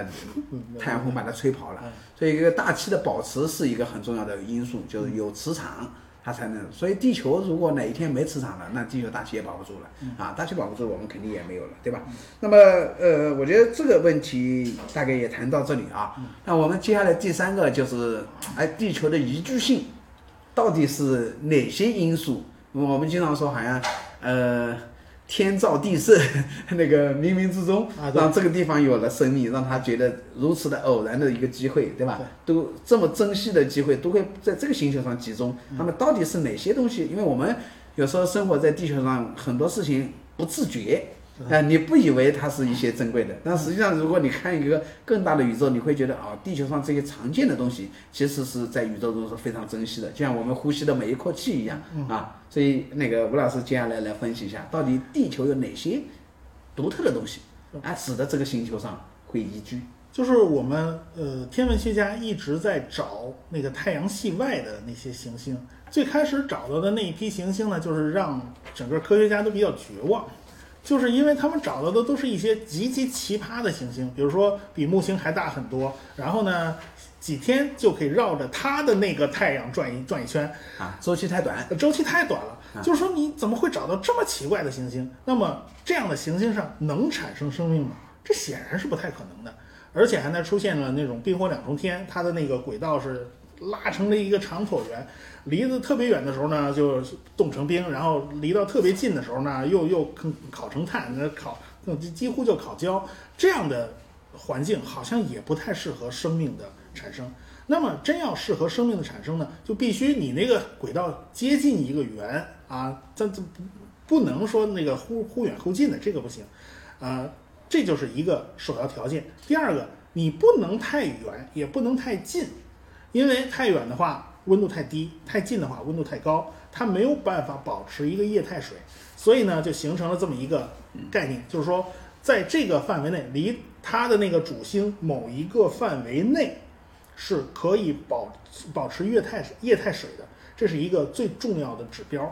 S1: 太阳风把它吹跑了。所以，一个大气的保持是一个很重要的因素，就是有磁场，它才能。所以，地球如果哪一天没磁场了，那地球大气也保不住了、啊，大气保不住，我们肯定也没有了，对吧？那么，呃，我觉得这个问题大概也谈到这里啊。那我们接下来第三个就是，哎，地球的宜居性。到底是哪些因素？我们经常说好像，呃，天造地设， 那个冥冥之中
S2: 啊对
S1: 让这个地方有了生命，让他觉得如此的偶然的一个机会，对吧？都这么珍惜的机会，都会在这个星球上集中。
S2: 嗯
S1: 那么到底是哪些东西？因为我们有时候生活在地球上，很多事情不自觉。啊、你不以为它是一些珍贵的，但实际上，如果你看一个更大的宇宙，你会觉得啊、地球上这些常见的东西，其实是在宇宙中是非常珍惜的，就像我们呼吸的每一口气一样、啊。所以，那个吴老师接下来来分析一下，到底地球有哪些独特的东西，啊，使得这个星球上会宜居。
S2: 就是我们呃天文学家一直在找那个太阳系外的那些行星，最开始找到的那一批行星呢，就是让整个科学家都比较绝望，就是因为他们找到的都是一些极其奇葩的行星，比如说比木星还大很多，然后呢几天就可以绕着它的那个太阳转一转一圈，
S1: 啊，周期太短，
S2: 周期太短了，就是说你怎么会找到这么奇怪的行星？那么这样的行星上能产生生命吗？这显然是不太可能的，而且还呢出现了那种冰火两重天，它的那个轨道是拉成了一个长椭圆，离得特别远的时候呢就冻成冰，然后离到特别近的时候呢又又坑烤成炭，那烤那几几乎就烤焦，这样的环境好像也不太适合生命的产生。那么真要适合生命的产生呢，就必须你那个轨道接近一个圆啊，咱这不不能说那个忽忽远忽近的，这个不行，啊，这就是一个首要条件。第二个，你不能太远，也不能太近，因为太远的话温度太低，太近的话温度太高，它没有办法保持一个液态水，所以呢就形成了这么一个概念，就是说在这个范围内，离它的那个主星某一个范围内是可以保保持液态液态水的，这是一个最重要的指标。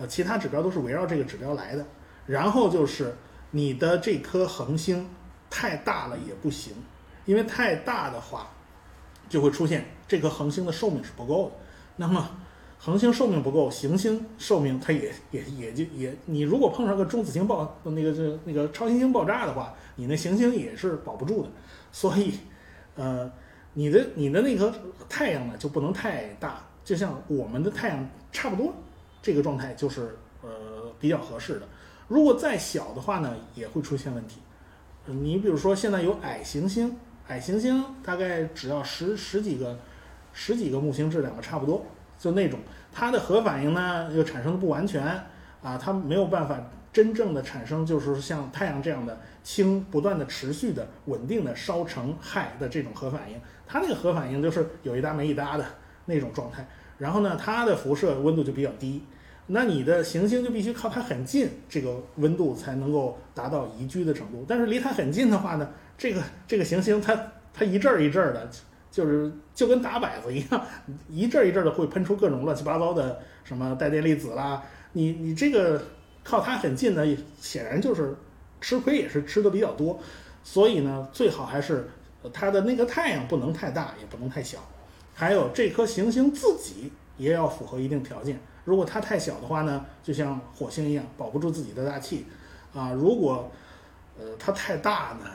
S2: 呃，其他指标都是围绕这个指标来的。然后就是你的这颗恒星太大了也不行，因为太大的话，就会出现这颗恒星的寿命是不够的。那么恒星寿命不够，行星寿命它也也也就也，你如果碰上个中子星爆那个这那个超新星爆炸的话，你那行星也是保不住的。所以，呃，你的你的那颗太阳呢就不能太大，就像我们的太阳差不多，这个状态就是呃比较合适的。如果再小的话呢，也会出现问题。呃你比如说现在有矮行星，矮行星大概只要十十几个十几个木星质量吧，差不多，就那种它的核反应呢又产生的不完全啊，它没有办法真正的产生就是像太阳这样的氢不断的持续的稳定的烧成氦的这种核反应，它那个核反应就是有一搭没一搭的那种状态。然后呢，它的辐射温度就比较低，那你的行星就必须靠它很近，这个温度才能够达到宜居的程度。但是离它很近的话呢，这个这个行星它它一阵儿一阵儿的，就是就跟打摆子一样，一阵儿一阵儿的会喷出各种乱七八糟的什么带电粒子啦。你你这个靠它很近呢，也显然就是吃亏也是吃的比较多，所以呢，最好还是呃它的那个太阳不能太大，也不能太小，还有这颗行星自己也要符合一定条件。如果它太小的话呢，就像火星一样，保不住自己的大气啊。如果呃它太大呢，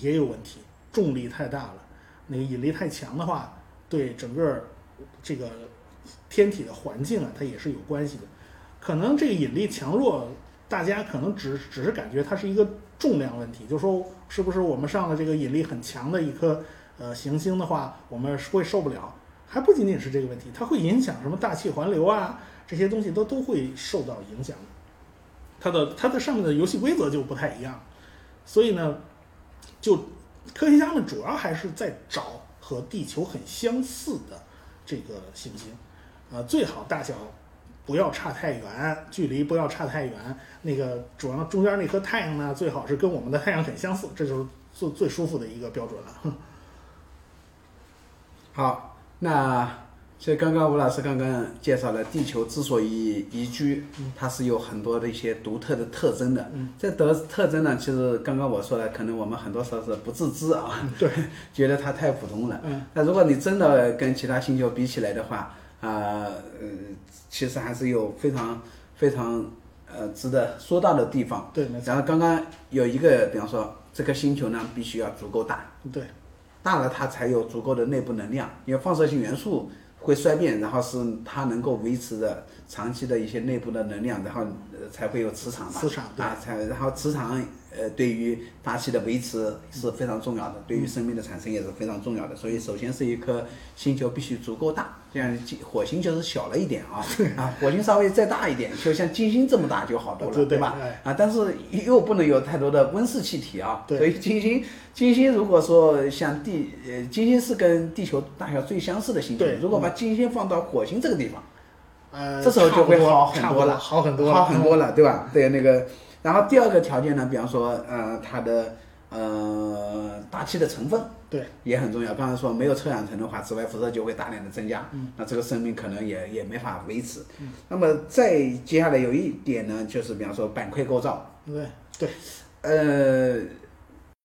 S2: 也有问题，重力太大了，那个引力太强的话，对整个这个天体的环境啊，它也是有关系的。可能这个引力强弱，大家可能只只是感觉它是一个重量问题，就说是不是我们上了这个引力很强的一颗呃行星的话，我们会受不了。还不仅仅是这个问题，它会影响什么大气环流啊，这些东西都都会受到影响的。它的它的上面的游戏规则就不太一样，所以呢，就科学家们主要还是在找和地球很相似的这个行星，啊，最好大小不要差太远，距离不要差太远。那个主要中间那颗太阳呢，最好是跟我们的太阳很相似，这就是最最舒服的一个标准了。
S1: 好，那所以刚刚吴老师刚刚介绍了地球之所以宜居，它是有很多的一些独特的特征的。
S2: 嗯
S1: 这得特征呢，其实刚刚我说了，可能我们很多时候是不自知啊，
S2: 嗯对，
S1: 觉得它太普通了。
S2: 嗯
S1: 那如果你真的跟其他星球比起来的话，啊、呃，其实还是有非常非常呃值得说到的地方。
S2: 对，没错，
S1: 然后刚刚有一个，比方说这个星球呢，必须要足够大，
S2: 对，
S1: 大了它才有足够的内部能量，因为放射性元素会衰变，然后是它能够维持着长期的一些内部的能量，然后、呃、才会有磁场嘛。
S2: 磁场对
S1: 啊，才然后磁场呃对于大气的维持是非常重要的，对于生命的产生也是非常重要的。所以首先是一颗星球必须足够大，这样金火星就是小了一点啊啊，火星稍微再大一点，就像金星这么大就好多了，
S2: 对对
S1: 吧
S2: 哎？
S1: 啊，但是又不能有太多的温室气体啊，
S2: 对
S1: 所以金星金星如果说像地呃金星是跟地球大小最相似的星球
S2: 对，嗯
S1: 如果把金星放到火星这个地方，
S2: 呃，
S1: 这时候就会好很
S2: 差不
S1: 多了，
S2: 好很多了，嗯
S1: 好很多了，对吧？对那个，然后第二个条件呢，比方说呃它的呃大气的成分，
S2: 对，
S1: 也很重要。刚才说没有臭氧层的话，紫外辐射就会大量的增加，
S2: 嗯
S1: 那这个生命可能也也没法维持。那么再接下来有一点呢，就是比方说板块构造，
S2: 对，对，
S1: 呃，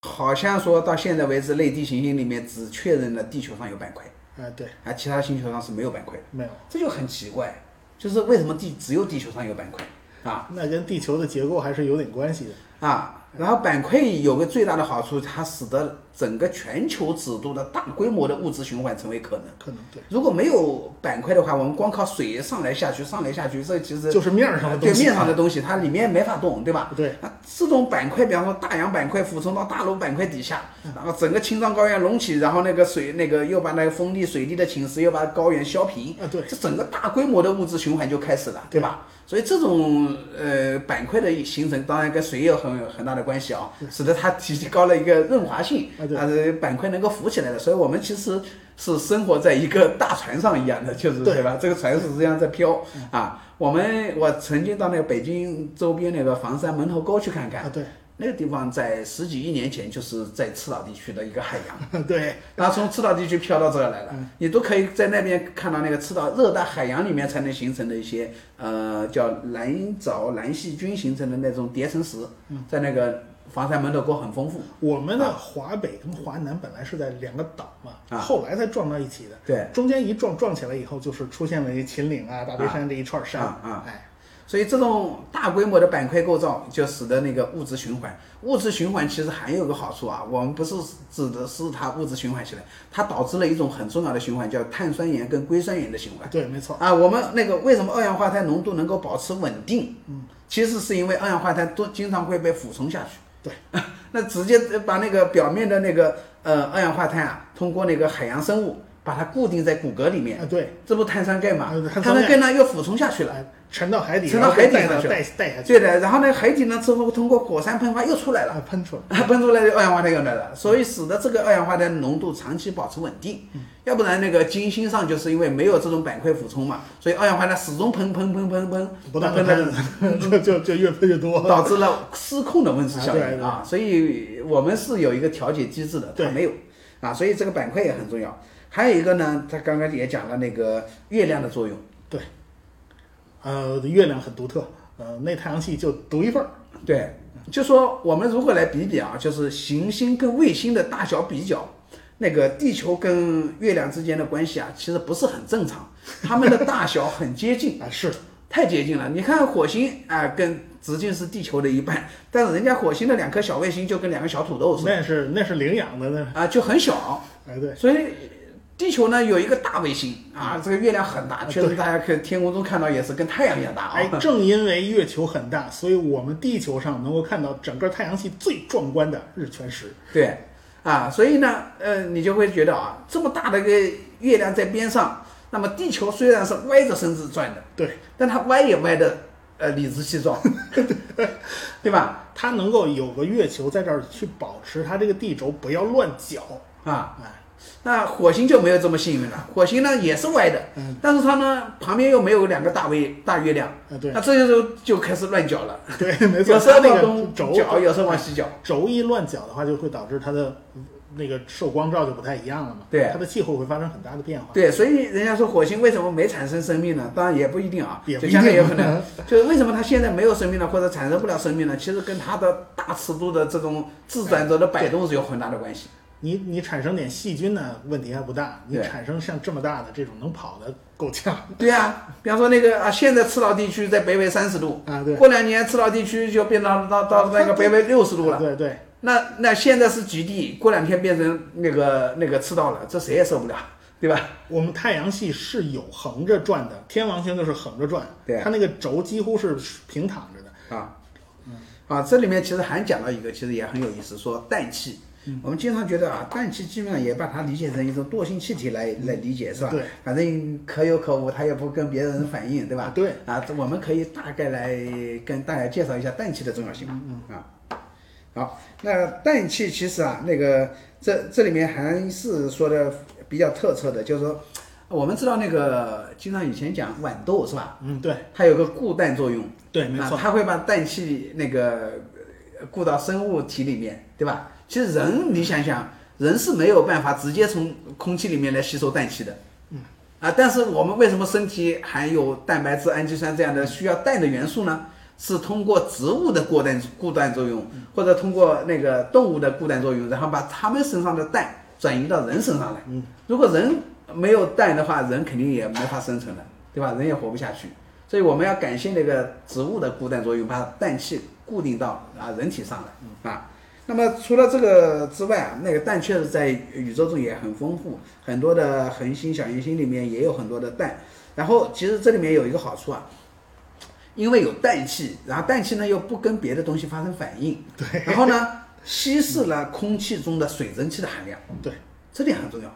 S1: 好像说到现在为止，类地行星里面只确认了地球上有板块，
S2: 哎，对，
S1: 而其他星球上是没有板块的，
S2: 没有，
S1: 这就很奇怪，就是为什么地只有地球上有板块啊？
S2: 那跟地球的结构还是有点关系的。
S1: 啊，然后板块有个最大的好处，它使得整个全球尺度的大规模的物质循环成为可能。
S2: 可能对，
S1: 如果没有板块的话，我们光靠水上来下去，上来下去，这其实
S2: 就是面儿上的东
S1: 对
S2: 西，
S1: 面上的东西，它里面没法动，对吧？
S2: 对，
S1: 那这种板块，比方说大洋板块俯冲到大陆板块底下，然后整个青藏高原隆起，然后那个水那个又把那个风力、水力的侵蚀，又把高原削平，
S2: 啊对
S1: 这整个大规模的物质循环就开始了，对吧？所以这种呃板块的形成，当然跟水也有很有很大的关系啊、使得它提高了一个润滑性，
S2: 啊对
S1: 它的板块能够浮起来了。所以我们其实是生活在一个大船上一样的，就是
S2: 对
S1: 对吧？这个船是这样在飘啊。我们我曾经到那个北京周边那个房山门头沟去看看
S2: 啊，，对，
S1: 那个地方在十几亿年前就是在赤道地区的一个海洋，
S2: 对，
S1: 它从赤道地区飘到这儿来了，你都可以在那边看到那个赤道热带海洋里面才能形成的一些呃叫蓝藻、蓝细菌形成的那种叠层石，在那个房山门头沟很丰富。
S2: 我们的华北跟华南本来是在两个岛嘛，
S1: 啊
S2: 后来才撞到一起的。
S1: 对，
S2: 中间一撞撞起来以后，就是出现了一秦岭啊、大别山这一串山。
S1: 啊啊
S2: 哎，
S1: 所以这种大规模的板块构造，就使得那个物质循环。物质循环其实还有个好处啊，我们不是指的是它物质循环起来，它导致了一种很重要的循环，叫碳酸盐跟硅酸盐的循环。
S2: 对，没错。
S1: 啊，我们那个为什么二氧化碳浓度能够保持稳定？嗯，其实是因为二氧化碳都经常会被俯冲下去。
S2: 对，
S1: 那直接把那个表面的那个呃二氧化碳啊，通过那个海洋生物把它固定在骨骼里面，
S2: 啊，对，
S1: 这不碳酸钙嘛
S2: 呃？
S1: 碳
S2: 碳酸
S1: 酸
S2: 钙
S1: 钙呢又俯冲下去了。
S2: 哎沉到海底，
S1: 沉到海底
S2: 然
S1: 上
S2: 后
S1: 去
S2: 再
S1: 了
S2: 带带带下去，
S1: 对的，然后呢，海底呢之后通过火山喷发又出来了，
S2: 啊，喷出来。
S1: 喷出来的二氧化碳又来了，所以使得这个二氧化碳浓度长期保持稳定。
S2: 嗯
S1: 要不然那个金星上就是因为没有这种板块俯冲嘛，所以二氧化碳始终喷喷喷喷喷，
S2: 不断的
S1: 喷的
S2: 喷， 就就就越喷越 多。
S1: 导致了失控的温室效
S2: 啊对
S1: 应
S2: 对
S1: 啊，所以我们是有一个调节机制的，它
S2: 对
S1: 没有啊，所以这个板块也很重要。还有一个呢，他刚刚也讲了那个月亮的作用，
S2: 对，呃，月亮很独特，呃，那太阳系就独一份儿。
S1: 对，就说我们如果来比比啊，就是行星跟卫星的大小比较，那个地球跟月亮之间的关系啊，其实不是很正常，它们的大小很接近，
S2: 啊，是的，
S1: 太接近了。你看火星啊、跟直径是地球的一半，但是人家火星的两颗小卫星就跟两个小土豆似的
S2: 那是那是领养的，那
S1: 啊、就很小，
S2: 哎对，
S1: 所以。地球呢有一个大卫星啊，这个月亮很大，确实大家可以天空中看到也是跟太阳一样大啊
S2: 哎，。正因为月球很大，所以我们地球上能够看到整个太阳系最壮观的日全食。
S1: 对，啊，所以呢，呃，你就会觉得啊，这么大的一个月亮在边上，那么地球虽然是歪着身子转的，
S2: 对，
S1: 但它歪也歪的，呃，理直气壮， 对吧？
S2: 它能够有个月球在这儿去保持它这个地轴不要乱搅，
S1: 啊，
S2: 哎，
S1: 那火星就没有这么幸运了，火星呢也是歪的，
S2: 嗯
S1: 但是它呢旁边又没有两个大卫大月亮，
S2: 啊对
S1: 那这就就开始乱搅了，
S2: 对，没错，
S1: 有时候
S2: 它那
S1: 往
S2: 个
S1: 东
S2: 轴
S1: 搅，有时候往西搅，
S2: 轴一乱搅的话，就会导致它的嗯那个受光照就不太一样了嘛，
S1: 对
S2: 它的气候会发生很大的变化。
S1: 对，所以人家说火星为什么没产生生命呢？当然也不一定啊，
S2: 也不
S1: 就
S2: 一
S1: 将来
S2: 定
S1: 有可 能，就是为什么它现在没有生命呢，或者产生不了生命呢？其实跟它的大尺度的这种自转轴的摆动是有很大的关系。
S2: 你你产生点细菌呢，问题还不大。你
S1: 对
S2: 产生像这么大的这种能跑的，够呛。
S1: 对呀、比方说那个啊，现在赤道地区在北纬三十度，
S2: 啊对
S1: 过两年赤道地区就变到到到那个北纬六十度 了。
S2: 对对，
S1: 那那现在是极地，过两天变成那个那个赤道了，这谁也受不了，对吧？
S2: 我们太阳系是有横着转的，天王星就是横着转，
S1: 对
S2: 它那个轴几乎是平躺着的。
S1: 啊，
S2: 嗯
S1: 啊，这里面其实还讲到一个，其实也很有意思，说氮气。
S2: 嗯
S1: 我们经常觉得啊，氮气基本上也把它理解成一种惰性气体来来理解，是吧？
S2: 嗯对，
S1: 反正可有可无，它也不跟别人反应，对吧？
S2: 对。
S1: 啊，这我们可以大概来跟大家介绍一下氮气的重要性吧。
S2: 嗯
S1: 啊，好，那氮气其实啊，那个这这里面还是说的比较特色的，就是说我们知道那个经常以前讲豌豆是吧？
S2: 嗯，对
S1: 它有个固氮作用。
S2: 对，没
S1: 啊
S2: 错。
S1: 它会把氮气那个呃固到生物体里面，对吧？其实人，你想想，人是没有办法直接从空气里面来吸收氮气的，嗯，啊，但是我们为什么身体含有蛋白质、氨基酸这样的需要氮的元素呢？是通过植物的固氮固氮作用，或者通过那个动物的固氮作用，然后把它们身上的氮转移到人身上来。嗯，如果人没有氮的话，人肯定也没法生存了，对吧？人也活不下去。所以我们要感谢那个植物的固氮作用，把氮气固定到啊人体上来啊。那么除了这个之外啊，那个氮确实在宇宙中也很丰富，很多的恒星、小行星里面也有很多的氮。然后其实这里面有一个好处啊，因为有氮气，然后氮气呢又不跟别的东西发生反应，
S2: 对
S1: 然后呢稀释了空气中的水蒸气的含量。
S2: 对
S1: 这点很重要。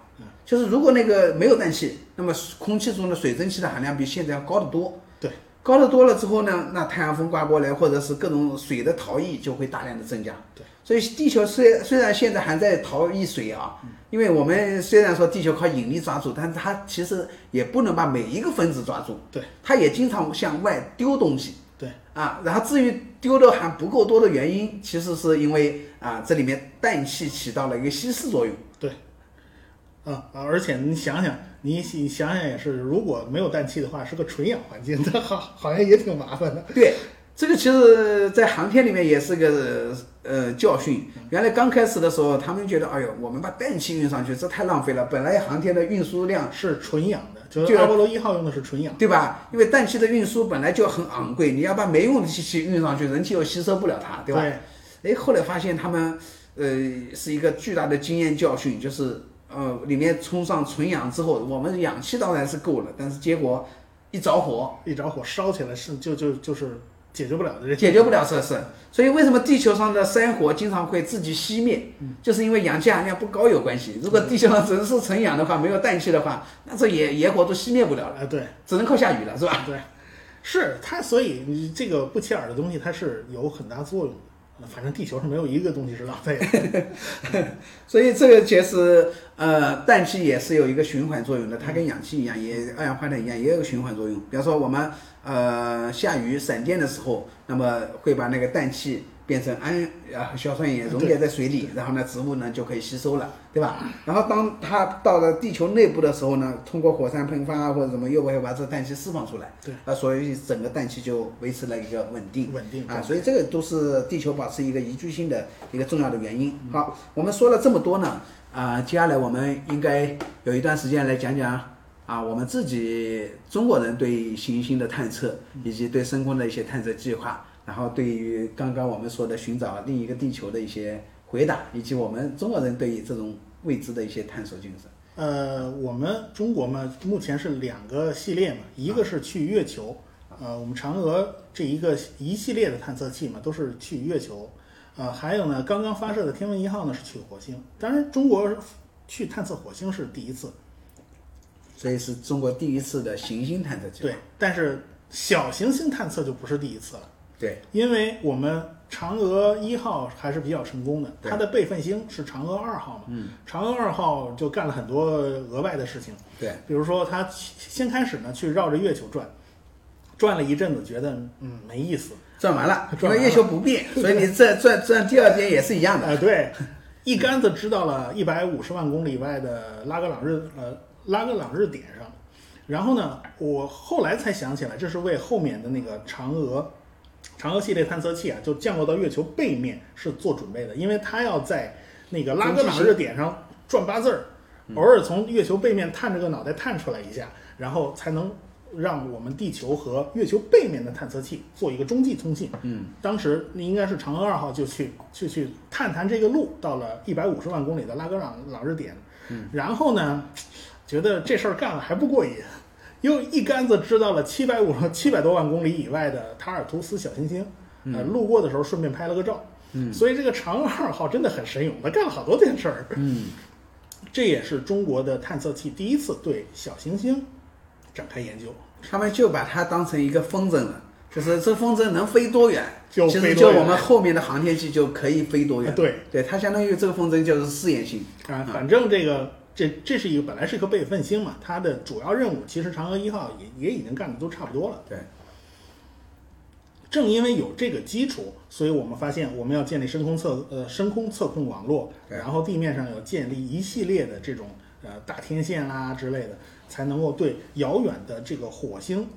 S1: 就是如果那个没有氮气，那么空气中的水蒸气的含量比现在要高得多。
S2: 对，
S1: 高得多了之后呢，那太阳风刮过来，或者是各种水的逃逸就会大量的增加。
S2: 对，
S1: 所以地球虽虽然现在还在逃逸水啊，因为我们虽然说地球靠引力抓住，但是它其实也不能把每一个分子抓住，
S2: 对
S1: 它也经常向外丢东西。
S2: 对
S1: 啊，然后至于丢的还不够多的原因，其实是因为啊，这里面氮气起到了一个稀释作用。
S2: 对，啊啊！而且你想想，你你想想也是，如果没有氮气的话，是个纯氧环境， 它好好像也挺麻烦的。
S1: 对，这个其实，在航天里面也是个呃教训。原来刚开始的时候，他们觉得，哎呦，我们把氮气运上去，这太浪费了。本来航天的运输量，
S2: 啊是纯氧的，就是
S1: 对
S2: 阿波罗一号用的是纯氧。
S1: 对吧？因为氮气的运输本来就很昂贵，你要把没用的气气运上去，人体又吸收不了它，对吧？哎，后来发现他们呃是一个巨大的经验教训，就是呃里面充上纯氧之后，我们氧气当然是够了，但是结果一着火
S2: 一着火烧起来是就就就是解决不了的这
S1: 解决不了这事，所以为什么地球上的山火经常会自己熄灭，就是因为氧气含量不高有关系。如果地球上只是纯氧的话，没有氮气的话，那这野野火都熄灭不了了，
S2: 啊，对
S1: 只能靠下雨了，是吧？
S2: 啊对，是它，所以你这个不起眼的东西它是有很大作用的。呃反正地球上没有一个东西是浪费的。
S1: 所以这个其实呃，氮气也是有一个循环作用的，它跟氧气一样，也二氧化碳一样，也有个循环作用。比方说我们呃下雨、闪电的时候，那么会把那个氮气变成氨啊硝酸盐溶解在水里，然后呢植物呢就可以吸收了，对吧？然后当它到了地球内部的时候呢，通过火山喷发啊或者什么，又会把这氮气释放出来，
S2: 对
S1: 啊，所以整个氮气就维持了一个稳定，
S2: 稳定
S1: 啊，所以这个都是地球保持一个宜居性的一个重要的原因。好，我们说了这么多呢，啊、接下来我们应该有一段时间来讲讲啊，我们自己中国人对行星的探测，以及对深空的一些探测计划，然后对于刚刚我们说的寻找另一个地球的一些回答，以及我们中国人对于这种未知的一些探索精神。
S2: 呃，我们中国嘛，目前是两个系列嘛，一个是去月球，呃，我们嫦娥这一个一系列的探测器嘛，都是去月球，呃，还有呢，刚刚发射的天问一号呢是去火星。当然，中国去探测火星是第一次，
S1: 所以是中国第一次的行星探测计划。
S2: 对，但是小行星探测就不是第一次了，
S1: 对
S2: 因为我们嫦娥一号还是比较成功的，
S1: 对
S2: 它的备份星是嫦娥二号嘛，
S1: 嗯
S2: 嫦娥二号就干了很多额外的事情。
S1: 对
S2: 比如说，他先开始呢去绕着月球转，转了一阵子，觉得嗯没意思，
S1: 转完了，因
S2: 转完了
S1: 为月球不变，所以你这转转第二天也是一样的。
S2: 呃，对，一竿子支到了一百五十万公里外的拉格朗日呃拉格朗日点上。然后呢，我后来才想起来，这是为后面的那个嫦娥嫦娥系列探测器啊，就降落到月球背面是做准备的，因为它要在那个拉格朗日点上转八字儿，偶尔从月球背面探着个脑袋探出来一下，然后才能让我们地球和月球背面的探测器做一个中继通信。
S1: 嗯，
S2: 当时应该是嫦娥二号就去去去探探这个路，到了一百五十万公里的拉格朗朗日点，嗯，然后呢，觉得这事儿干了还不过瘾，又一竿子支到了七百五 七百多万公里以外的塔尔图斯小行星，呃，路过的时候顺便拍了个照。
S1: 嗯
S2: 所以这个嫦娥二号真的很神勇，它干了好多件事儿。
S1: 嗯
S2: 这也是中国的探测器第一次对小行星展开研究。，
S1: 他们就把它当成一个风筝了，就是这风筝能飞多远，
S2: 就
S1: 其
S2: 飞
S1: 实
S2: 多
S1: 就
S2: 远
S1: 我们后面的航天器就可以飞多远。
S2: 啊对，
S1: 对，它相当于这个风筝就是试验性。
S2: 啊，反正这个这这是一个本来是一个备份星嘛，它的主要任务其实嫦娥一号也也已经干的都差不多了。
S1: 对，
S2: 正因为有这个基础，所以我们发现我们要建立深空测呃深空测控网络，
S1: 对
S2: 然后地面上要建立一系列的这种呃大天线啦、之类的，才能够对遥远的这个火星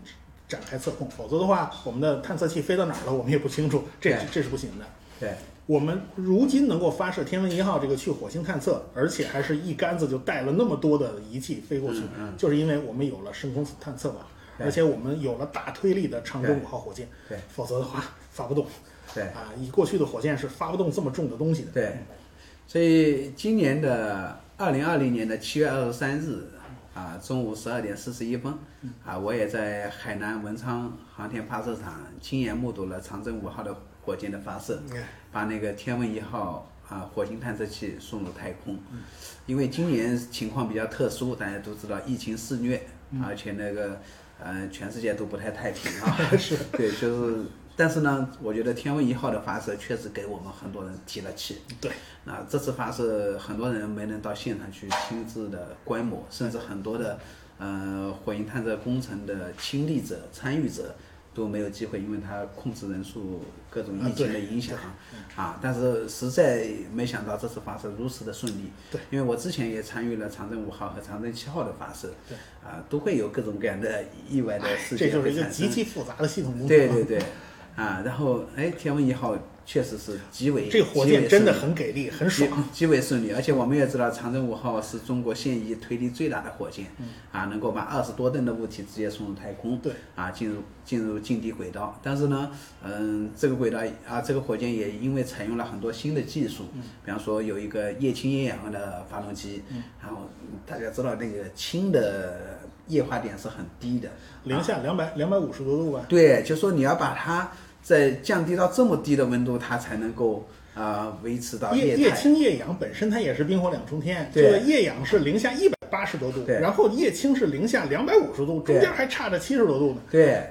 S2: 展开测控。否则的话，我们的探测器飞到哪儿了，我们也不清楚，这
S1: 对
S2: 这是不行的。
S1: 对，
S2: 我们如今能够发射天文一号这个去火星探测，而且还是一竿子就带了那么多的仪器飞过去，
S1: 嗯嗯
S2: 就是因为我们有了深空探测网，
S1: 对
S2: 而且我们有了大推力的长征五号火箭，
S1: 对对
S2: 否则的话发不动。
S1: 对
S2: 啊，以过去的火箭是发不动这么重的东西的。
S1: 对，所以今年的二零二零年的七月二十三日啊，中午十二点四十一分啊，我也在海南文昌航天发射场亲眼目睹了长征五号的火箭的发射。
S2: 嗯
S1: 把那个天问一号啊火星探测器送入太空。因为今年情况比较特殊，大家都知道疫情肆虐，而且那个呃全世界都不太太平啊。是。对，就是，但是呢，我觉得天问一号的发射确实给我们很多人提了气。
S2: 对，
S1: 那这次发射，很多人没能到现场去亲自的观摩，甚至很多的呃火星探测工程的亲历者、参与者，都没有机会，因为它控制人数各种
S2: 啊
S1: 疫情的
S2: 对
S1: 影响
S2: 对嗯
S1: 啊。但是实在没想到这次发射如此的顺利，
S2: 对，
S1: 因为我之前也参与了长征五号和长征七号的发射，
S2: 对，
S1: 啊，都会有各种各样的意外的事
S2: 这
S1: 件
S2: 就是
S1: 会
S2: 一个
S1: 产
S2: 极
S1: 生。
S2: 其复杂的系统工作。
S1: 对对对，啊，然后哎，天问一号确实是极为
S2: 这个火
S1: 极为
S2: 箭真的
S1: 顺利
S2: 很给力，很
S1: 极
S2: 爽。
S1: 极为顺利，而且我们也知道，长征五号是中国现役推力最大的火箭，啊，能够把二十多吨的物体直接送入太空，
S2: 嗯对，
S1: 啊，进入进入近地轨道。但是呢，嗯，这个轨道啊，这个火箭也因为采用了很多新的技术，
S2: 嗯
S1: 比方说有一个液氢液氧的发动机，然后大家知道那个氢的液化点是很低的，啊
S2: 零下两百两百五十多度吧，
S1: 对，就说你要把它再降低到这么低的温度，它才能够啊、维持到
S2: 液
S1: 液
S2: 液
S1: 态。
S2: 氢液氧本身它也是冰火两重天，
S1: 对
S2: 这个液氧是零下一百八十多度，
S1: 对
S2: 然后液氢是零下两百五十度，中
S1: 对
S2: 间还差着七十多度呢。
S1: 对，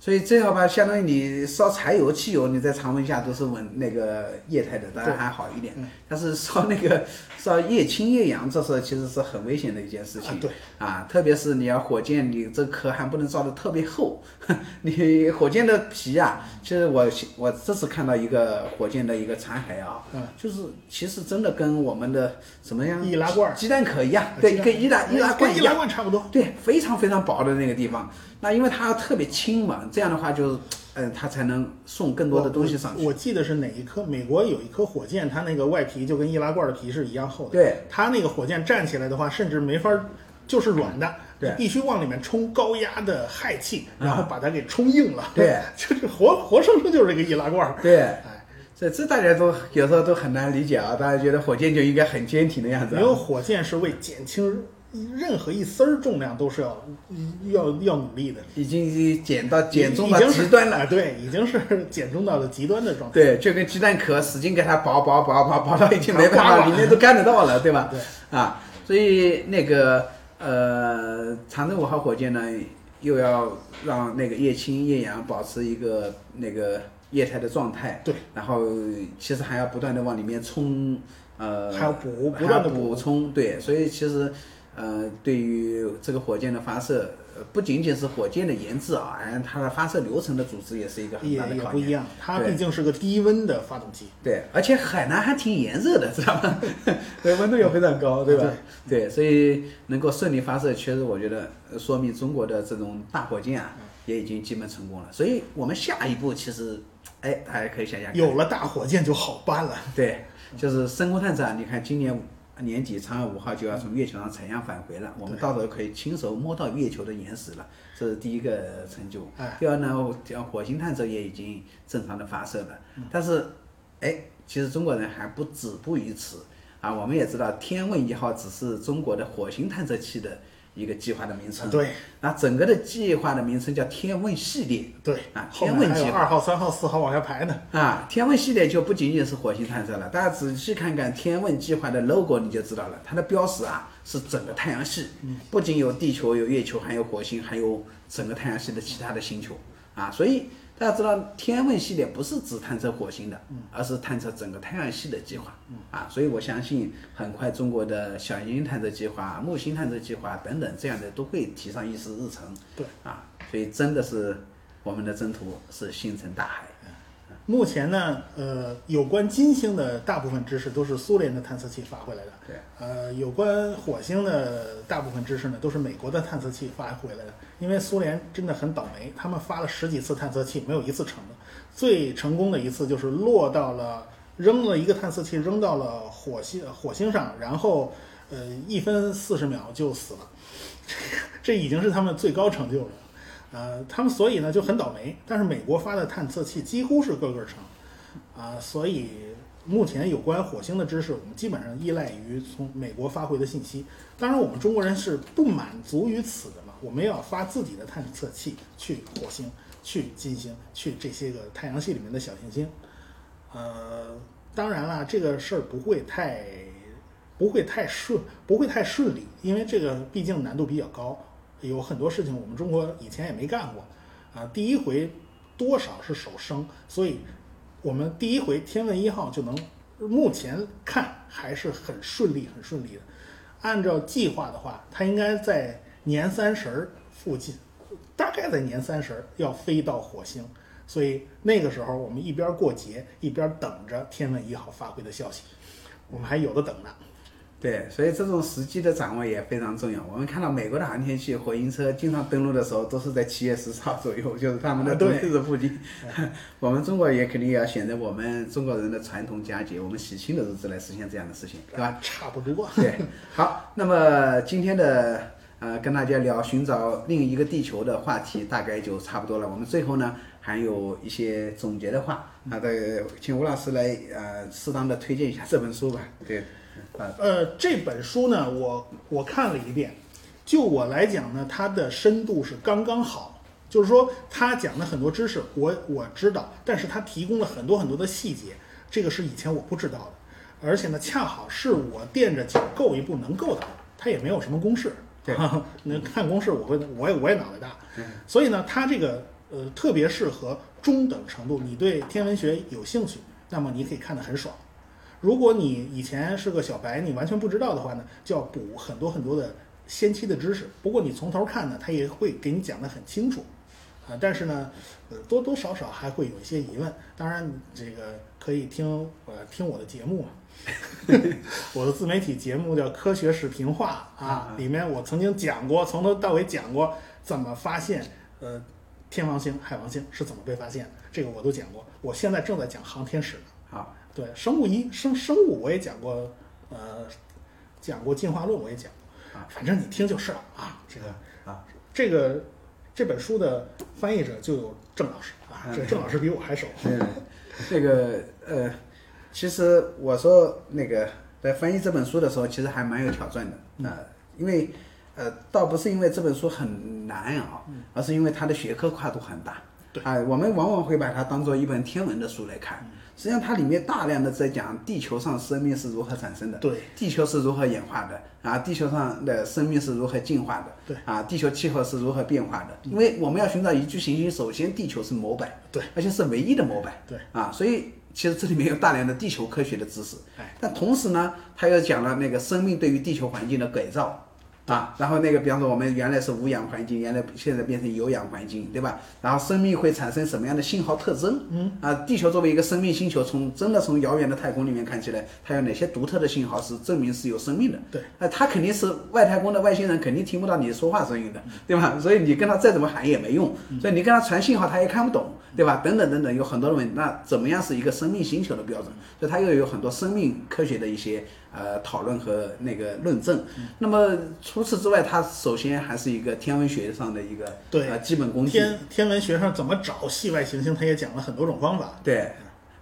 S1: 所以这样吧，相当于你烧柴油、汽油，你在常温下都是稳那个液态的，当然还好一点。
S2: 嗯
S1: 但是烧那个 烧液氢、液氧，这时候其实是很危险的一件事情。
S2: 啊对
S1: 啊特别是你要火箭，你这壳还不能造的特别厚， 你火箭的皮啊，其实我我这次看到一个火箭的一个残骸啊，
S2: 嗯
S1: 就是其实真的跟我们的什么样
S2: 易拉罐儿
S1: 鸡蛋壳一样
S2: 啊，
S1: 对，
S2: 鸡蛋
S1: 跟易拉易拉罐
S2: 跟
S1: 一
S2: 易
S1: 样
S2: 拉。罐差不多。
S1: 对，非常非常薄的那个地方。那因为它特别轻嘛，这样的话就是，嗯、它才能送更多的东西上去。
S2: 我。我记得是哪一颗？美国有一颗火箭，它那个外皮就跟易拉罐的皮是一样厚的。
S1: 对，
S2: 它那个火箭站起来的话，甚至没法儿，就是软的。
S1: 对
S2: 必须往里面冲高压的氦气，
S1: 啊
S2: 然后把它给冲硬了。
S1: 对，
S2: 就是活活生生就是这个易拉罐。
S1: 对，
S2: 哎，
S1: 这这大家都有时候都很难理解啊，大家觉得火箭就应该很坚挺的样子、
S2: 没
S1: 啊。
S2: 有火箭是为减轻任何一丝儿重量都是要要要努力的。
S1: 已经减到减重
S2: 已
S1: 到
S2: 经是
S1: 极端了。
S2: 啊，对，已经是 减重到了极端的状态。
S1: 对，就跟鸡蛋壳使劲给它薄薄薄薄薄到已经没办
S2: 刮
S1: 法，
S2: 了
S1: 里面都干得到了，对吧？
S2: 对
S1: 啊，所以那个呃，长征五号火箭呢，又要让那个液氢、液氧保持一个那个液态的状态，
S2: 对，
S1: 然后其实还要不断的往里面冲，呃，
S2: 还要补
S1: 还
S2: 不断地
S1: 要补充，对，所以其实。呃，对于这个火箭的发射，呃不仅仅是火箭的研制啊，而它的发射流程的组织也是一个很
S2: 也
S1: 大的
S2: 也
S1: 考
S2: 不
S1: 验
S2: 一。样，它
S1: 对
S2: 毕竟是个低温的发动机。
S1: 对，而且海南还挺炎热的，知道吗？ 对，温度也非常 高，对吧？对，所以能够顺利发射，其实我觉得呃说明中国的这种大火箭啊，也已经基本成功了。所以我们下一步其实，哎，大家可以想想看，
S2: 有了大火箭就好办了。
S1: 对，就是深空探测啊。你看今年年底，嫦娥五号就要从月球上采样返回了，我们到时候可以亲手摸到月球的岩石了，这是第一个成就
S2: 哎。
S1: 第二呢，我像火星探测也已经正常的发射了，
S2: 嗯
S1: 但是，哎，其实中国人还不止步于此啊。我们也知道，天问一号只是中国的火星探测器的一个计划的名称。
S2: 对
S1: 那整个的计划的名称叫天问系列。
S2: 对
S1: 啊
S2: 后
S1: 天
S2: 面
S1: 问
S2: 还有
S1: 计划
S2: 二号、三号、四号往下排呢。
S1: 啊，天问系列就不仅仅是火星探测了，大家仔细看看天问计划的 logo 你就知道了，它的标识啊是整个太阳系，不仅有地球、有月球，还有火星，还有整个太阳系的其他的星球啊，所以大家知道天问系列不是只探测火星的，而是探测整个太阳系的计划啊，所以我相信很快中国的小行星探测计划、木星探测计划等等这样的都会提上议事日程，
S2: 对
S1: 啊，所以真的是我们的征途是星辰大海。
S2: 目前呢，呃，有关金星的大部分知识都是苏联的探测器发回来的。
S1: 对。
S2: 呃，有关火星的大部分知识呢，都是美国的探测器发回来的。呃因为苏联真的很倒霉，他们发了十几次探测器，没有一次成的。最成功的一次就是落到了扔了一个探测器扔到了火星火星上，然后呃一分四十秒就死了， 这已经是他们最高成就了。呃，他们所以呢就很倒霉，但是美国发的探测器几乎是个个成，啊、所以目前有关火星的知识，我们基本上依赖于从美国发回的信息。当然，我们中国人是不满足于此的嘛，我们要发自己的探测器去火星、去金星、去这些个太阳系里面的小行星。呃，当然啦，这个事儿不会太不会太顺，不会太顺利，因为这个毕竟难度比较高，有很多事情我们中国以前也没干过，啊、第一回多少是手生，所以我们第一回天问一号就能，目前看还是很顺利，很顺利的。按照计划的话，它应该在年三十儿附近大概在年三十儿要飞到火星，所以那个时候我们一边过节，一边等着天问一号发回的消息，我们还有的等呢。
S1: 对，所以这种时机的掌握也非常重要。我们看到美国的航天器、火星车经常登陆的时候，都是在七月十四号左右，就是他们的
S2: 啊
S1: 冬
S2: 对
S1: 至日附近。 我们中国也肯定也要选择我们中国人的传统佳节，我们喜庆的日子来实现这样的事情，对吧？
S2: 差不多。
S1: 对，好，那么今天的呃跟大家聊寻找另一个地球的话题大概就差不多了。我们最后呢还有一些总结的话，啊，对，请吴老师来呃适当的推荐一下这本书吧。对，啊，
S2: 呃，这本书呢，我我看了一遍，就我来讲呢，它的深度是刚刚好，就是说它讲的很多知识我我知道，但是它提供了很多很多的细节，这个是以前我不知道的，而且呢，恰好是我垫着脚够一步能够的，它也没有什么公式，
S1: 对，
S2: 那看公式我会我也我也脑袋大，所以呢，它这个呃特别适合中等程度，你对天文学有兴趣，那么你可以看得很爽。如果你以前是个小白，你完全不知道的话呢，就要补很多很多的先期的知识。不过你从头看呢，它也会给你讲得很清楚，啊、但是呢，呃，多多少少还会有一些疑问。当然，这个可以听呃听我的节目嘛， 我的自媒体节目叫《科学视频化》啊，里面我曾经讲过，从头到尾讲过怎么发现呃天王星、海王星是怎么被发现的，这个我都讲过。我现在正在讲航天史呢。
S1: 好，
S2: 对，生物一生生物我也讲过，呃，讲过进化论我也讲过
S1: 啊，
S2: 反正你听就是了啊。这个
S1: 啊，
S2: 这个这本书的翻译者就有郑老师啊，
S1: 嗯
S2: 这郑老师比我还熟。
S1: 对，那个呃，其实我说那个在翻译这本书的时候，其实还蛮有挑战的，呃，因为呃，倒不是因为这本书很难啊，而是因为它的学科跨度很大。
S2: 对
S1: 啊、我们往往会把它当做一本天文的书来看，实际上它里面大量的在讲地球上生命是如何产生的，
S2: 对，
S1: 地球是如何演化的啊，地球上的生命是如何进化的，
S2: 对嗯
S1: 啊，地球气候是如何变化的，因为我们要寻找宜居行星，首先地球是模板，
S2: 对，
S1: 而且是唯一的模板，
S2: 对
S1: 啊，所以其实这里面有大量的地球科学的知识，
S2: 哎，
S1: 但同时呢，他又讲了那个生命对于地球环境的改造。啊，然后那个，比方说我们原来是无氧环境，原来现在变成有氧环境，对吧？然后生命会产生什么样的信号特征？嗯，啊，地球作为一个生命星球，从真的从遥远的太空里面看起来，它有哪些独特的信号是证明是有生命的？
S2: 对，
S1: 那他肯定是外太空的外星人，肯定听不到你说话声音的，
S2: 嗯
S1: 对吧？所以你跟他再怎么喊也没用，所以你跟他传信号他也看不懂，
S2: 嗯
S1: 对吧？等等等等，有很多的问题。那怎么样是一个生命星球的标准？所以它又有很多生命科学的一些呃讨论和那个论证。
S2: 嗯
S1: 那么除此之外，它首先还是一个天文学上的一个
S2: 对
S1: 呃、基本工具。
S2: 天天文学上怎么找系外行星，他也讲了很多种方法。
S1: 对，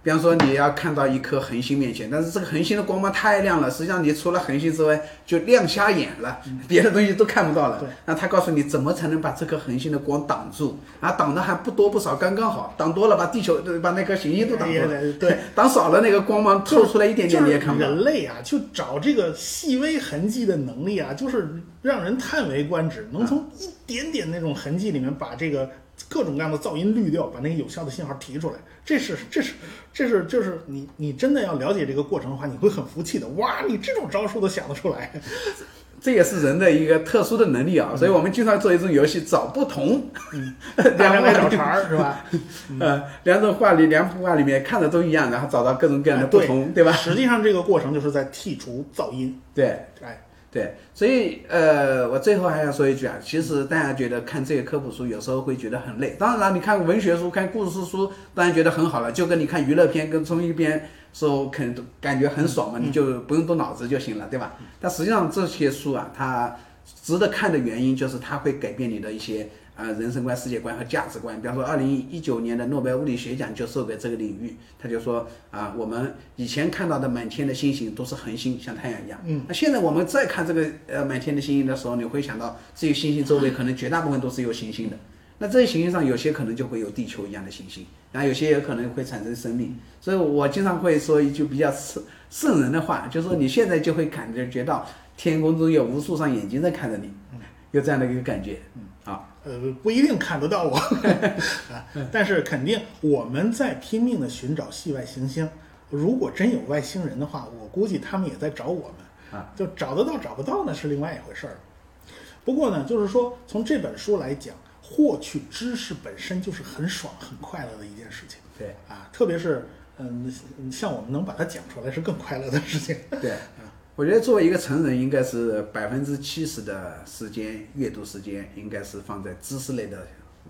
S1: 比方说你要看到一颗恒星面前，但是这个恒星的光芒太亮了，实际上你除了恒星之外就亮瞎眼了，别的东西都看不到了
S2: 嗯对。
S1: 那他告诉你怎么才能把这颗恒星的光挡住，啊，挡的还不多不少，刚刚好，挡多了把地球把那颗行星都挡住了，
S2: 哎呀对，
S1: 挡少了那个光芒透出来一点点
S2: 就
S1: 你
S2: 是
S1: 也看不到。
S2: 人类啊，就找这个细微痕迹的能力啊，就是让人叹为观止，能从一点点那种痕迹里面把这个各种各样的噪音滤掉，把那个有效的信号提出来。这是这是这是就是你你真的要了解这个过程的话，你会很服气的。哇，你这种招数都想得出 来。
S1: 这也是人的一个特殊的能力啊，
S2: 嗯
S1: 所以我们经常做一种游戏，找不同，
S2: 大家来
S1: 两
S2: 找
S1: 种
S2: 茬儿是吧？
S1: 呃，两种画里两幅画里面看着都一样，然后找到各种各样的不
S2: 哎
S1: 同，对
S2: 对
S1: 吧？
S2: 实际上这个过程就是在剔除噪音。
S1: 对。
S2: 哎，
S1: 对，所以呃，我最后还要说一句啊，其实大家觉得看这些科普书有时候会觉得很累，当然了，你看文学书、看故事书，当然觉得很好了，就跟你看娱乐片跟综艺片时候肯感觉很爽嘛，你就不用动脑子就行了，对吧？但实际上这些书啊，它值得看的原因就是它会改变你的一些。啊，人生观、世界观和价值观。比方说，二零一九年的诺贝尔物理学奖就授给这个领域。他就说啊，我们以前看到的满天的星星都是恒星，像太阳一样。嗯，那现在我们再看这个呃满天的星星的时候，你会想到这些星星周围可能绝大部分都是有行星的。那这些行星上有些可能就会有地球一样的行星，然后有些也可能会产生生命。所以我经常会说一句比较圣圣人的话，就是说你现在就会感觉到天空中有无数双眼睛在看着你，有这样的一个感觉。嗯，好。
S2: 呃，不一定看得到我，啊，
S1: 嗯
S2: 但是肯定我们在拼命的寻找系外行星。如果真有外星人的话，我估计他们也在找我们
S1: 啊。
S2: 就找得到找不到呢是另外一回事儿。不过呢，就是说从这本书来讲，获取知识本身就是很爽、很快乐的一件事情
S1: 对
S2: 啊，特别是嗯，像我们能把它讲出来是更快乐的事情。
S1: 对，我觉得作为一个成人，应该是百分之七十的时间阅读时间应该是放在知识类的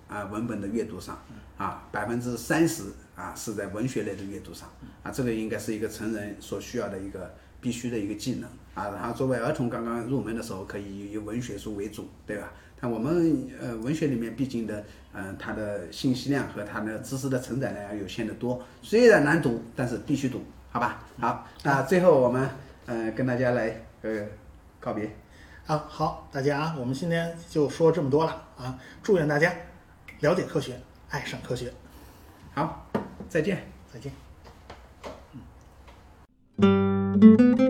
S1: 啊、文本的阅读上啊，百分之三十啊是在文学类的阅读上啊，这个应该是一个成人所需要的一个必须的一个技能啊。然后作为儿童刚刚入门的时候，可以以文学书为主，对吧？但我们呃文学里面毕竟的，嗯、它的信息量和它的知识的承载量要有限得多。虽然难读，但是必须读，好吧？好，那最后我们呃跟大家来呃告别，
S2: 啊，好，大家啊，我们今天就说这么多了啊！祝愿大家了解科学，爱上科学，
S1: 好，再见。
S2: 再见。
S3: thank you